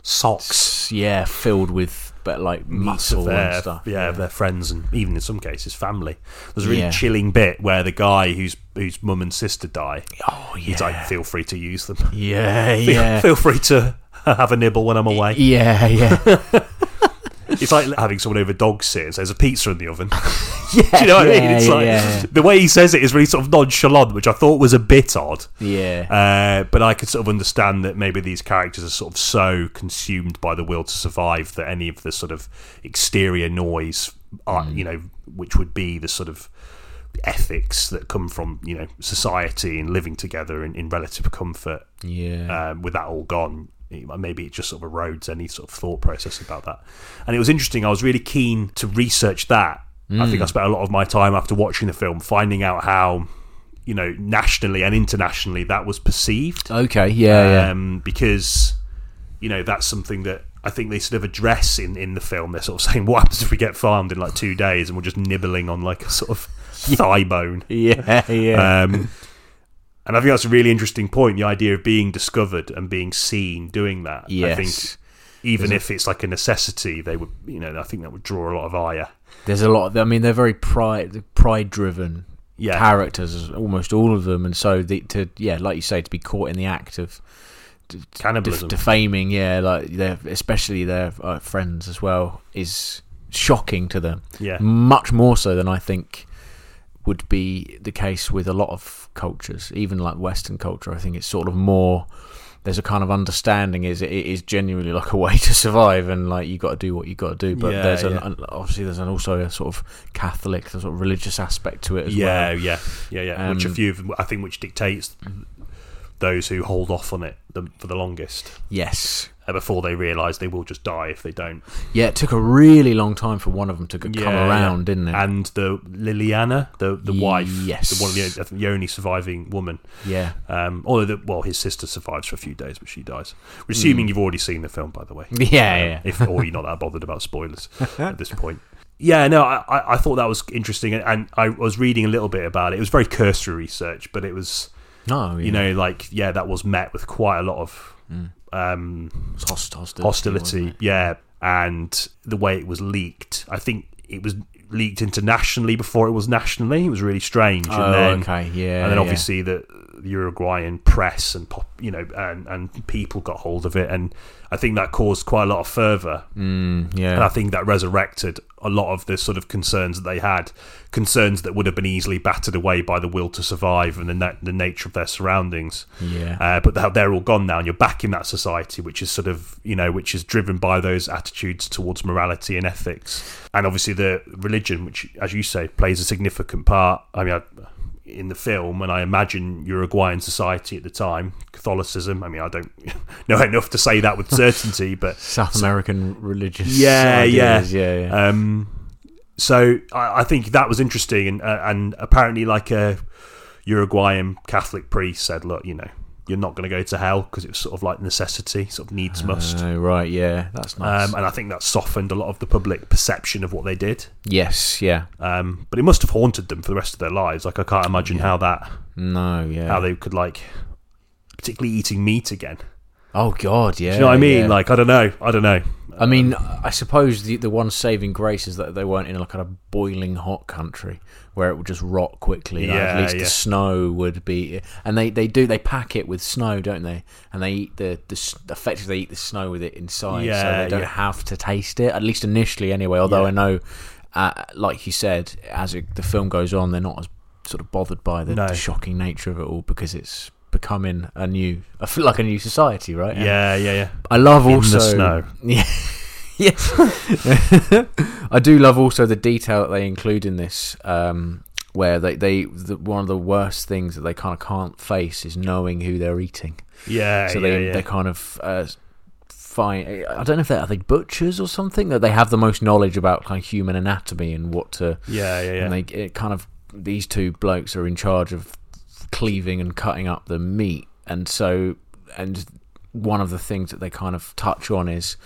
A: Socks.
B: s- yeah, filled with but like
A: massive
B: muscle
A: their,
B: and stuff.
A: Yeah, of their friends and even in some cases family. There's a really
B: Yeah.
A: chilling bit where the guy whose whose mum and sister die,
B: Oh yeah.
A: he's like, "Feel free to use them. *laughs*
B: yeah,
A: Feel-
B: yeah.
A: Feel free to *laughs* have a nibble when I'm away."
B: Yeah,
A: *laughs*
B: yeah,
A: It's like having someone over dog sit and says, "There's a pizza in the oven." *laughs*
B: yeah.
A: Do you know what I mean?
B: yeah,
A: It's
B: yeah,
A: like
B: yeah,
A: the way he says it is really sort of nonchalant, which I thought was a bit odd.
B: yeah.
A: *laughs* Uh, but I could sort of understand that maybe these characters are sort of so consumed by the will to survive that any of the sort of exterior noise, uh,
B: Mm.
A: you know, which would be the sort of ethics that come from you know society and living together in, in relative comfort,
B: yeah.
A: um, with that all gone, it- maybe it just sort of erodes any sort of thought process about that. And it was interesting. I was really keen to research that. I think I spent a lot of my time after watching the film finding out how, you know, nationally and internationally that was perceived.
B: okay, yeah, yeah.
A: Um, because, you know, that's something that I think they sort of address in, in the film. They're sort of *laughs* saying, what happens if we get farmed in like two days and we're just nibbling on like a sort of thigh bone?
B: yeah, yeah.
A: Um, and I think that's a really interesting point. The idea of being discovered and being seen doing that. I think
B: yes.
A: even if it's like a necessity, they would, you know, I think that would draw a lot of ire.
B: There's a lot of, I mean, they're very pride pride driven
A: Yeah.
B: characters, almost all of them. And so, the, to, yeah, like you say, to be caught in the act of def-
A: Cannibalism.
B: defaming, yeah, like their, especially their uh, friends as well, is shocking to them.
A: yeah.
B: Much more so than I think would be the case with a lot of cultures, even like Western culture. I think it's sort of more. There's a kind of understanding is it is genuinely like a way to survive, and like you got to do what you got to do. But
A: Yeah,
B: there's an,
A: yeah.
B: an- obviously there's an also a sort of Catholic, sort of religious aspect to it as
A: yeah,
B: well.
A: yeah, yeah, yeah. which a
B: Um,
A: few, of, I think, which dictates those who hold off on it the, for the longest
B: Yes,
A: uh, before they realise they will just die if they don't.
B: yeah. It took a really long time for one of them to c-
A: Yeah,
B: come
A: yeah.
B: around, didn't it?
A: And the Liliana, the the wife,
B: Yes.
A: the one of the, I think the only surviving woman.
B: yeah. *laughs*
A: Um, although, the, well, his sister survives for a few days, but she dies. We're assuming you've already seen the film, by the way. Um,
B: Yeah, Hmm. yeah, yeah.
A: If or you're not that bothered
B: *laughs*
A: about spoilers at this point. Yeah, no, I, I- I thought that was interesting, and, and I was reading a little bit about it. It was very cursory research, but it was,
B: No, yeah.
A: you know, like yeah, that was met with quite a lot of um,
B: It's host- hostility. wasn't
A: hostility.
B: it?
A: Yeah, and the way it was leaked, I think it was leaked internationally before it was nationally. It was really strange.
B: Oh,
A: and then,
B: okay, yeah.
A: and then
B: yeah.
A: obviously the, the Uruguayan press and pop, you know, and, and people got hold of it, and I think that caused quite a lot of fervor,
B: Mm, yeah.
A: and I think that resurrected a lot of the sort of concerns that they had, concerns that would have been easily battered away by the will to survive and the na- the nature of their surroundings.
B: Yeah.
A: Uh, but they're, they're all gone now, and you're back in that society, which is sort of you know, which is driven by those attitudes towards morality and ethics, and obviously the religion, which, as you say, plays a significant part. I mean, I, in the film, and I imagine Uruguayan society at the time, Catholicism. I mean, I don't *laughs* know enough to say that with certainty, but
B: South American religious
A: yeah,
B: ideas, yeah, yeah.
A: um, so I, I think that was interesting, and uh, and apparently, like a Uruguayan Catholic priest said, "Look, you know, you're not going to go to hell because it was sort of like necessity, sort of needs must."
B: Oh, right, yeah, that's nice.
A: Um, and I think that softened a lot of the public perception of what they did.
B: yes, yeah,
A: Um, but it must have haunted them for the rest of their lives. Like I can't imagine how that
B: no, yeah.
A: how they could like, particularly eating meat again.
B: oh God, yeah.
A: Do you know what I mean?
B: yeah.
A: Like I don't know. I don't know.
B: I mean,
A: Um,
B: I suppose the the one saving grace is that they weren't in a kind of boiling hot country where it would just rot quickly. Like,
A: Yeah,
B: at least
A: yeah.
B: the snow would be, and they, they do they pack it with snow, don't they? And they eat the, the s- effectively they eat the snow with it inside, so
A: Yeah,
B: they don't
A: yeah.
B: have to taste it at least initially, anyway. Although
A: Yeah.
B: I know, uh, like you said, as it, the film goes on, they're not as sort of bothered by the,
A: No.
B: the shocking nature of it all because it's becoming a new, *laughs* I feel like a new society, right? And
A: Yeah, yeah, yeah.
B: I love
A: In the
B: also
A: snow.
B: *laughs* Yeah. yes. *laughs* I do love also the detail that they include in this, um, where they they the, one of the worst things that they kind of can't face is knowing who they're eating.
A: Yeah,
B: So
A: yeah,
B: they
A: Uh, yeah.
B: they kind of. Uh, Find, I don't know if they're are they butchers or something that they have the most knowledge about kind of human anatomy and what to
A: yeah, yeah, yeah.
B: and they it kind of these two blokes are in charge of cleaving and cutting up the meat and so and one of the things that they kind of touch on is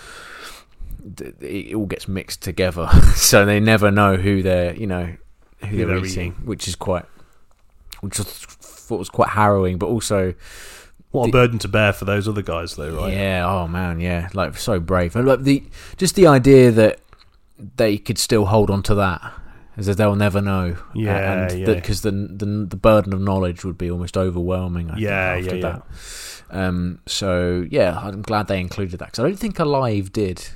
B: th- it all gets mixed together *laughs* so they never know who they're you know who, they're,
A: they're
B: eating,
A: eating.
B: which is quite which I thought was quite harrowing but also
A: what
B: the-
A: a burden to bear for those other guys, though, right?
B: yeah. Oh man. Yeah. Like so brave. And, Like the just the idea that they could still hold on to that, as if they'll never know.
A: Yeah, yeah.
B: Because the, the the burden of knowledge would be almost overwhelming. I think,
A: Yeah,
B: after
A: yeah, yeah.
B: That. Um. So yeah, I'm glad they included that because I don't think Alive did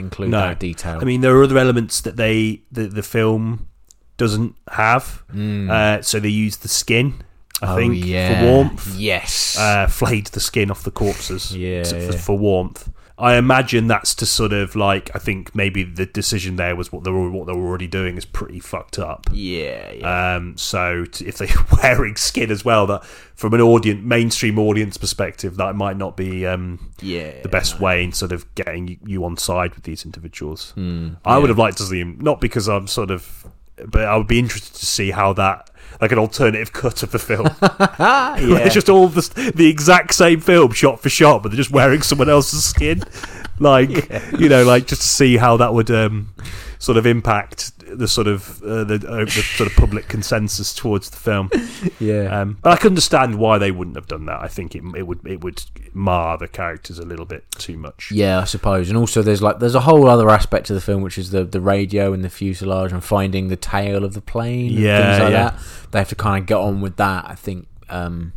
B: include
A: No.
B: that detail.
A: I mean, there are other elements that they the, the film doesn't have. Uh, so they use the skin, I
B: Mm. Oh,
A: think,
B: yeah.
A: for warmth.
B: Yes.
A: Uh, flayed the skin off the corpses
B: Yeah,
A: to- for,
B: yeah.
A: for warmth. I imagine that's to sort of like I think maybe the decision there was what they're al- what they're already doing is pretty fucked up.
B: yeah. Yeah.
A: Um, so t if they're *laughs* wearing skin as well, that from an audience mainstream audience perspective, that might not be um,
B: yeah.
A: the best way in sort of getting y- you on side with these individuals.
B: Hmm.
A: I would have liked to see him, not because I'm sort of, but I would be interested to see how that, like an alternative *laughs* cut of the film.
B: Ah, *laughs* yeah.
A: it's just all the, s- the exact same film, shot for shot, but they're just wearing someone else's skin. *laughs* Like, you know, like just to see how that would um, sort of impact the sort of uh, the, uh, the sort of public consensus towards the film.
B: yeah.
A: Um, but I can understand why they wouldn't have done that. I think it, it would it would mar the characters a little bit too much.
B: Yeah, I suppose. And also, there's like there's a whole other aspect to the film, which is the the radio and the fuselage and finding the tail of the plane. and
A: Yeah,
B: things like
A: yeah.
B: that. They have to kind of get on with that. I think um,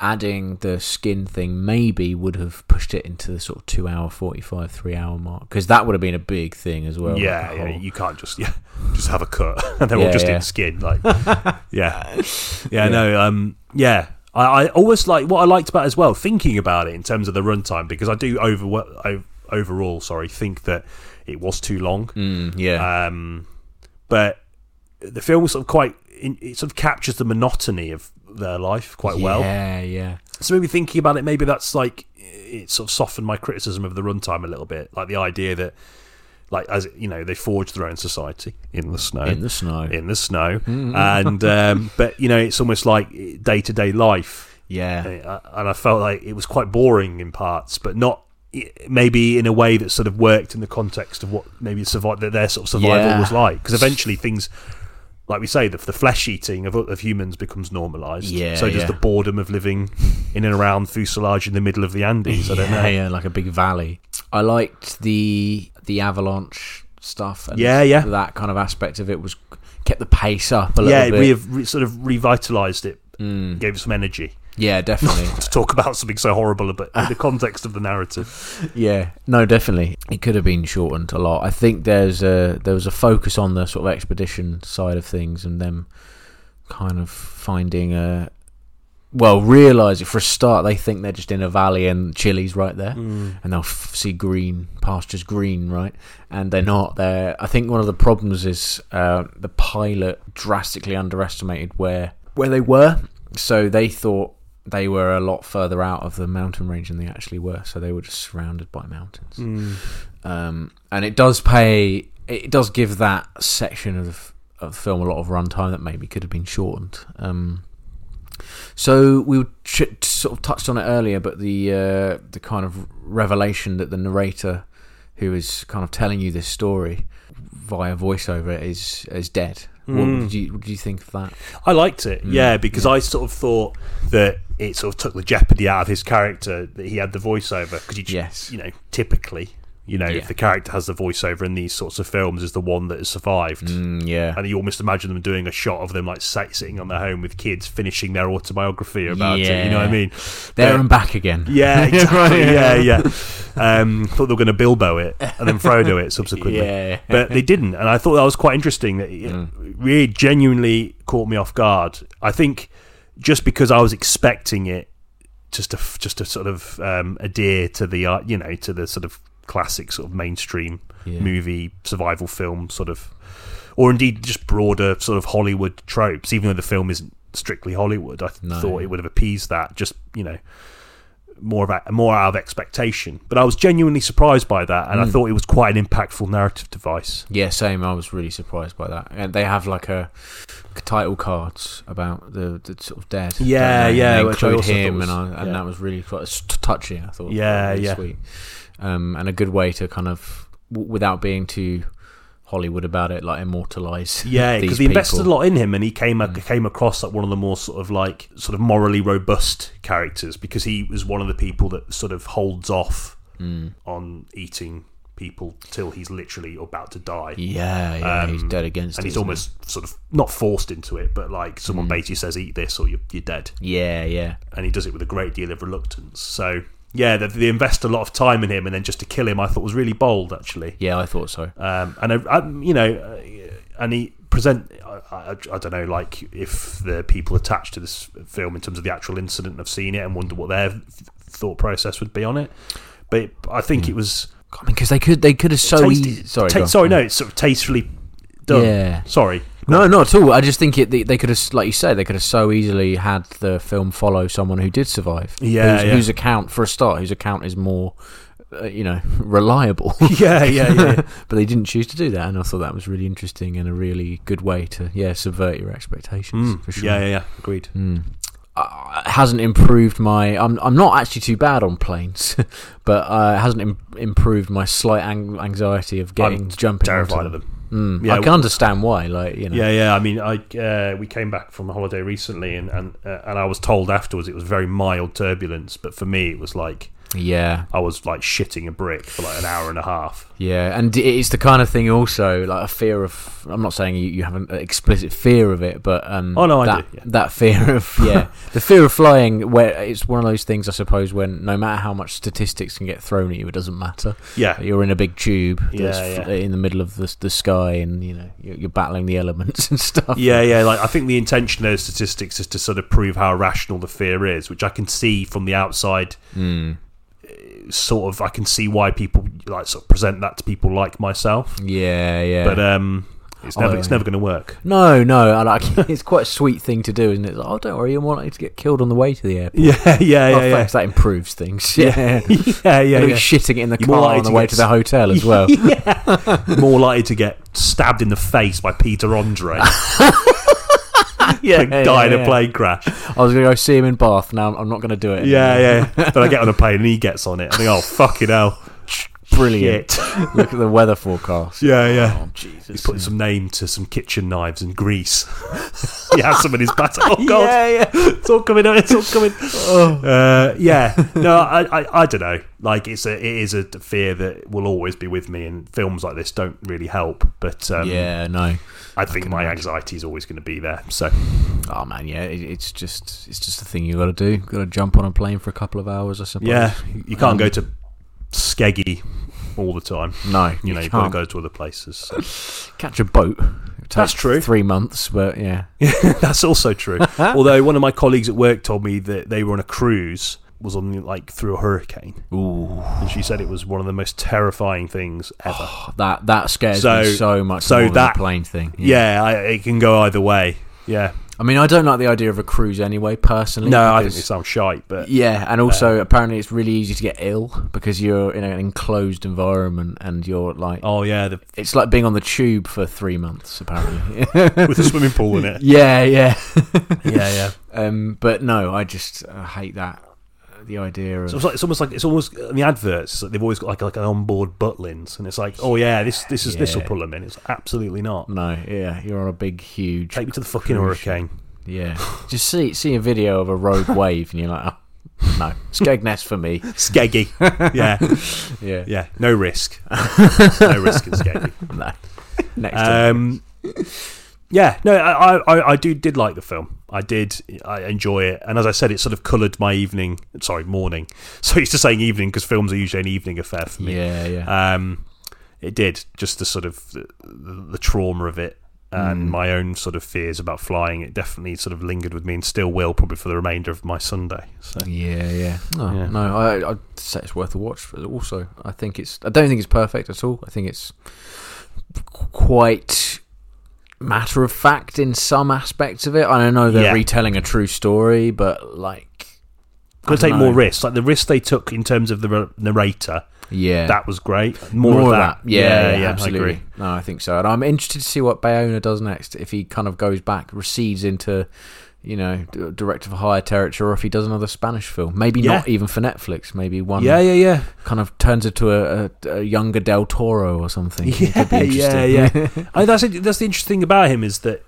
B: adding the skin thing maybe would have pushed it into the sort of two hour forty five, three hour mark because that would have been a big thing as well. like
A: yeah,
B: the
A: yeah,
B: whole-
A: you can't just *laughs* yeah, just have a cut *laughs* and they're
B: Yeah,
A: all just
B: yeah.
A: in skin.
B: *laughs*
A: Like, yeah, yeah, no, um, yeah. I, I always like what I liked about it as well. Thinking about it in terms of the runtime because I do over I, overall, sorry, think that it was too long.
B: Mm, yeah.
A: Um, but the film sort of quite it sort of captures the monotony of their life quite well.
B: Yeah, yeah.
A: So maybe thinking about it, maybe that's like it sort of softened my criticism of the runtime a little bit, like the idea that, like as you know, they forged their own society in the snow,
B: In the snow.
A: in the snow, and um, but you know, it's almost like day to day life,
B: yeah.
A: and eh, I and I felt like it was quite boring in parts, but not maybe in a way that sort of worked in the context of what maybe survive that their sort of survival
B: Yeah.
A: was like, because eventually things. Like we say, the, the flesh eating of, of humans becomes normalised.
B: Yeah,
A: So does
B: yeah.
A: the boredom of living in and around fuselage in the middle of the Andes. I don't
B: yeah,
A: know.
B: yeah, like a big valley. I liked the the avalanche stuff. And
A: Yeah, yeah.
B: That kind of aspect of it was kept the pace up a little
A: Yeah,
B: bit. Mm.
A: we have re- sort of revitalised it, gave it some energy
B: yeah,
A: *laughs*
B: definitely.
A: to talk about something so horrible, but in the context of the narrative.
B: yeah, no, definitely. It could have been shortened a lot. I think there's a there was a focus on the sort of expedition side of things and them kind of finding a. Well, realise it for a start. They think they're just in a valley and Chile's right there. and they'll f- see green pastures green right and they're not there i think one of the problems is uh, the pilot drastically underestimated where where they were. So they thought they were a lot further out of the mountain range than they actually were. So they were just surrounded by mountains. Um, and it does pay. It does give that section of of the film a lot of runtime that maybe could have been shortened. Um, so we were ch- sort of touched on it earlier, but the uh, the kind of revelation that the narrator, who is kind of telling you this story via voiceover, is is dead.
A: Hmm.
B: What, did you, what did you think of that?
A: I liked it,
B: Mm.
A: yeah, because I sort of thought that it sort of took the jeopardy out of his character that he had the voiceover because you just,
B: Yes.
A: you know, typically, you know,
B: Yeah.
A: if the character has the voiceover in these sorts of films, is the one that has survived.
B: Mm, yeah,
A: And you almost imagine them doing a shot of them like sat, sitting on their home with kids finishing their autobiography about it. You know what I
B: Yeah.
A: mean?
B: there
A: But-
B: and back again.
A: yeah, exactly.
B: *laughs* Right,
A: yeah, yeah. Um, thought they were going to Bilbo it and then Frodo it subsequently
B: yeah.
A: but they didn't and i thought that was quite interesting that it really genuinely caught me off guard i think just because i was expecting it just to f- just to sort of um, adhere to the uh, you know to the sort of classic sort of mainstream
B: Yeah.
A: movie survival film sort of or indeed just broader sort of hollywood tropes even though the film isn't strictly hollywood i th-
B: No.
A: thought it would have appeased that just you know more of a, more out of expectation but i was genuinely surprised by that
B: Hmm.
A: and i thought it was quite an impactful narrative device
B: Yeah, same. I was really surprised by that. And they have like a title cards about the, the sort of dead.
A: Yeah,
B: don't they? And
A: yeah,
B: they
A: which I
B: include
A: also
B: him,
A: thought was-
B: and, I, and
A: yeah.
B: that was really quite s- t- touching. I thought.
A: Yeah,
B: really
A: yeah.
B: sweet. Um, and a good way to kind of, w- without being too Hollywood about it, like immortalize.
A: *laughs* Yeah,
B: these
A: because they invested a
B: people. Hmm.
A: lot in him, and he came came across like one of the more sort of like sort of morally robust characters because he was one of the people that sort of holds off
B: Hmm.
A: on eating people till he's literally about to die.
B: Yeah, yeah. he's
A: Um,
B: dead against.
A: And
B: it,
A: he's
B: isn't he?
A: almost sort of not forced into it, but like someone
B: Mm.
A: basically says, "Eat this, or you're, you're dead."
B: Yeah, yeah.
A: And he does it with a great deal of reluctance. So yeah, they, they invest a lot of time in him, and then just to kill him, I thought was really bold, actually.
B: Yeah, I thought so.
A: um, and I, I, you know, uh, and he present. I, I, I don't know, like if the people attached to this film in terms of the actual incident have seen it and wonder what their th- thought process would be on it. But it, I think it was
B: I mean, because they could, they could have Mm. so. easy-
A: tasty,
B: sorry,
A: ta-
B: go on.
A: sorry, no, it's sort of tastefully done.
B: Yeah.
A: Sorry,
B: No, not at all. I just think it, they, they could have, like you said, they could have so easily had the film follow someone who did survive.
A: Yeah,
B: whose,
A: yeah.
B: whose account, for a start, whose account is more, uh, you know, *laughs* reliable.
A: *laughs* yeah, yeah, yeah.
B: *laughs* but they didn't choose to do that, and I thought that was really interesting and a really good way to, yeah, subvert your expectations
A: Mm,
B: for sure. Hmm.
A: Yeah, yeah, yeah. Agreed.
B: Uh, it hasn't improved my. I'm I'm not actually too bad on planes, *laughs* but uh, it hasn't Im- improved my slight ang- anxiety of getting
A: I'm
B: jumping.
A: Terrified
B: onto
A: of them.
B: Mm,
A: Yeah,
B: I can understand why. Like you know.
A: Yeah, yeah. I mean, I uh, we came back from a holiday recently, and and uh, and I was told afterwards it was very mild turbulence, but for me it was like
B: yeah.
A: I was like shitting a brick for like an hour and a half.
B: Yeah, and it is the kind of thing also like a fear of. I'm not saying you, you have an explicit fear of it, but um,
A: Oh, no, I
B: that,
A: do, yeah.
B: That fear of
A: *laughs*
B: yeah, the fear of flying. Where it's one of those things, I suppose, when no matter how much statistics can get thrown at you, it doesn't matter.
A: Yeah,
B: You're in a big tube that's
A: Yeah,
B: f-
A: yeah.
B: in the middle of the the sky, and you know you're, you're battling the elements *laughs* and stuff.
A: yeah, yeah. Like I think the intention of those statistics is to sort of prove how irrational the fear is, which I can see from the outside.
B: Hmm.
A: Uh, Sort of, I can see why people like sort of present that to people like myself,
B: yeah, yeah.
A: but um, it's never
B: Oh,
A: it's
B: yeah.
A: never going to work.
B: no, no, I like *laughs* it's quite a sweet thing to do, isn't it? It's like, oh, don't worry, you're more likely to get killed on the way to the airport.
A: *laughs* Yeah, yeah,
B: oh, thanks, that improves things. *laughs* yeah.
A: yeah, *laughs*
B: yeah,
A: yeah. yeah.
B: shitting it in the
A: You're more
B: car
A: likely
B: on the
A: to
B: way
A: get
B: to the hotel as *laughs*
A: *laughs*
B: well.
A: More likely to get stabbed in the face by Peter Andre
B: *laughs*
A: *laughs*
B: yeah,
A: and die in
B: yeah.
A: a plane crash.
B: I was going to go see him in Bath. Now I'm- I'm not going to do it.
A: Yeah, yeah. *laughs* but I get on a plane and he gets on it. I think, oh fucking hell,
B: *laughs* brilliant.
A: Shit. *laughs*
B: Look at the weather forecast.
A: Yeah, yeah.
B: Oh Jesus.
A: He's putting some name to some kitchen knives and grease. *laughs* he has some in his batter.
B: *laughs*
A: Oh god,
B: Yeah, yeah.
A: it's all coming out. It's
B: *laughs*
A: all coming. Uh, yeah, no, I, I, I don't know. Like it's a, it is a fear that will always be with me, and films like this don't really help. But um,
B: yeah, no.
A: I think my anxiety is always going to be there. So
B: Oh man, yeah. It, it's just it's just a thing you got to do. Got to jump on a plane for a couple of hours, I suppose.
A: yeah, you can't
B: Um,
A: go to Skeggy all the time.
B: No,
A: You know, you've got to
B: can't
A: go to other places. *laughs* So.
B: catch a boat. It
A: That's
B: takes
A: true.
B: Three months, but yeah.
A: That's
B: *laughs*
A: also true. Although one of my colleagues at work told me that they were on a cruise, was on like through a hurricane,
B: Ooh,
A: and she said it was one of the most terrifying things ever.
B: Oh, that that scares
A: So-
B: me so much.
A: so
B: more than the
A: that-
B: plane thing.
A: yeah, I, it can go either way. Yeah,
B: I mean, I don't like the idea of a cruise anyway, personally.
A: No, I think
B: because-
A: it sounds shite, but uh,
B: Yeah, and also apparently it's really easy to get ill because you're in an enclosed environment and you're like
A: oh yeah, the,
B: it's like being on the tube for three months
A: *laughs*
B: apparently. *laughs*
A: with a swimming pool in it.
B: yeah, *laughs* yeah.
A: yeah, yeah.
B: Um, but no, I just uh, hate that uh, the idea of
A: So it's, like, it's almost like it's almost in the adverts. it's like they've always got like like an onboard Butlins, and it's like, oh yeah, this this is this will
B: Yeah.
A: pull them in. It's absolutely not.
B: no, yeah, you're on a big, huge.
A: Take me to the fucking
B: cruise ship.
A: hurricane.
B: Yeah, just see see a video of a rogue wave and you're like, oh, no,
A: *laughs*
B: Skegness for me.
A: *laughs* Skeggy. Yeah,
B: Yeah,
A: yeah. No risk. no risk in *laughs* Skeggy.
B: *laughs* no. Next time.
A: Um, yeah, no, I, I- I, I do did like the film. I did, I enjoy it, and as I said, it sort of coloured my evening. Sorry, morning. *laughs* So used to saying evening because films are usually an evening affair for me.
B: yeah, yeah,
A: Um, it did just the sort of the, the trauma of it and my own sort of fears about flying. It definitely sort of lingered with me and still will probably for the remainder of my Sunday. So
B: yeah, yeah. No,
A: Yeah.
B: no, I, I'd say it's worth a watch. But also, I think it's. I don't think it's perfect at all. I think it's qu- quite matter of fact in some aspects of it. I know they're
A: Yeah.
B: retelling a true story, but like, I
A: going to take
B: dunno.
A: more risks, like the risk they took in terms of the r- narrator.
B: yeah,
A: That was great. More, of that.
B: Yeah, yeah,
A: I
B: absolutely.
A: agree.
B: No, I think so. And I'm interested to see what Bayona does next. If he kind of goes back, recedes into, you know, d- director for hire territory, or if he does another Spanish film, maybe
A: Yeah.
B: not even for Netflix. Maybe one
A: Yeah, yeah, yeah.
B: kind of turns into a, a, a younger Del Toro or something. It could be interesting.
A: yeah,
B: *laughs*
A: yeah. I that's it, that's the interesting thing about him is that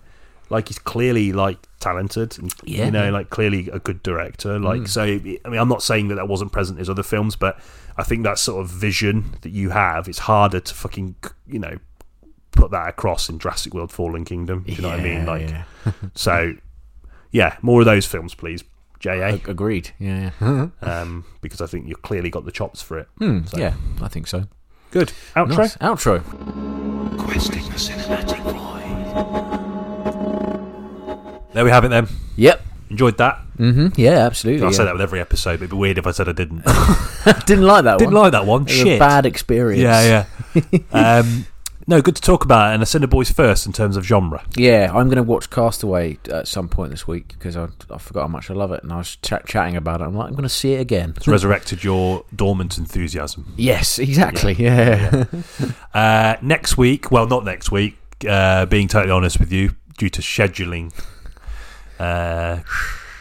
A: like he's clearly like talented, and,
B: Yeah. Mm.
A: you know, like clearly a good director. Like so, I mean, I'm not saying that that wasn't present in his other films, but I think that sort of vision that you have, it's harder to fucking you know put that across in Jurassic World: Fallen Kingdom. Do you know what I mean? Like
B: yeah.
A: so, yeah, more of those films, please. JA,
B: Ag- agreed.
A: *laughs*
B: Yeah, yeah.
A: um, because I think you've clearly got the chops for it.
B: Hmm,
A: So-
B: yeah, I think so.
A: Good. Outro?
B: Nice. Outro.
C: questing the cinematic void.
A: There we have it then.
B: Yep.
A: Enjoyed that.
B: hmm Yeah, absolutely.
A: I
B: yeah.
A: say that with every episode, but it'd be weird if I said I *laughs* didn't.
B: Didn't like that
A: Didn't
B: one.
A: like that one.
B: It was a
A: Shit.
B: bad experience.
A: Yeah, yeah. um, no, good to talk about it. And I send the boys first in terms of genre.
B: Yeah, I'm going to watch Castaway at some point this week because I, I forgot how much I love it, and I was chat chatting about it. I'm like, I'm going to see it again.
A: It's resurrected your dormant enthusiasm.
B: yes, exactly. *laughs* Yeah,
A: Uh, next week, well, not next week. Uh, being totally honest with you, due to scheduling, uh,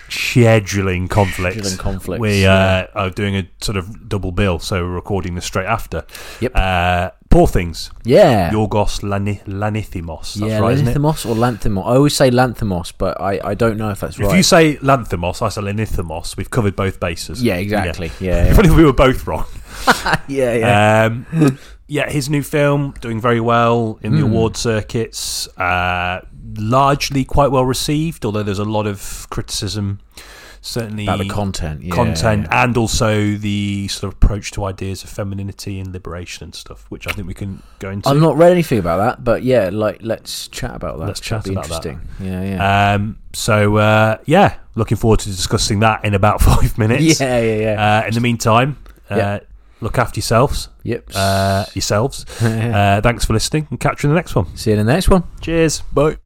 A: scheduling conflicts,
B: Scheduling conflicts,
A: we
B: yeah.
A: uh, are doing a sort of double bill. So we're recording this straight after.
B: Yep.
A: Uh, Poor things.
B: yeah.
A: Yorgos Lani- Lanithimos. That's
B: yeah,
A: right, isn't it?
B: Lanthimos or Lanthimos. I always say Lanthimos, but I, I don't know if that's
A: If
B: right.
A: you say Lanthimos, I say Lanithimos. We've covered both bases. *laughs*
B: yeah, *laughs* exactly. Yeah,
A: Funny we were both wrong.
B: yeah, yeah.
A: Um, yeah, his new film doing very well in
B: Hmm.
A: the award circuits. Uh, largely quite well received, although there's a lot of criticism. Certainly
B: About the content. Yeah,
A: content and also the sort of approach to ideas of femininity and liberation and stuff, which I think we can go into.
B: I've not read anything about that, but yeah, like let's chat about that. Uh,
A: Let's
B: That'd
A: chat
B: be
A: about that.
B: interesting. Yeah, yeah.
A: um, so uh, yeah, looking forward to discussing that in about *laughs* five
B: *laughs*
A: minutes.
B: yeah, yeah, yeah.
A: Uh, in the meantime, uh,
B: Yeah.
A: look after yourselves,
B: yep. *laughs*
A: uh, yourselves. Uh, thanks for listening, and catch you in the next one.
B: see you in the next one.
A: Cheers. Bye.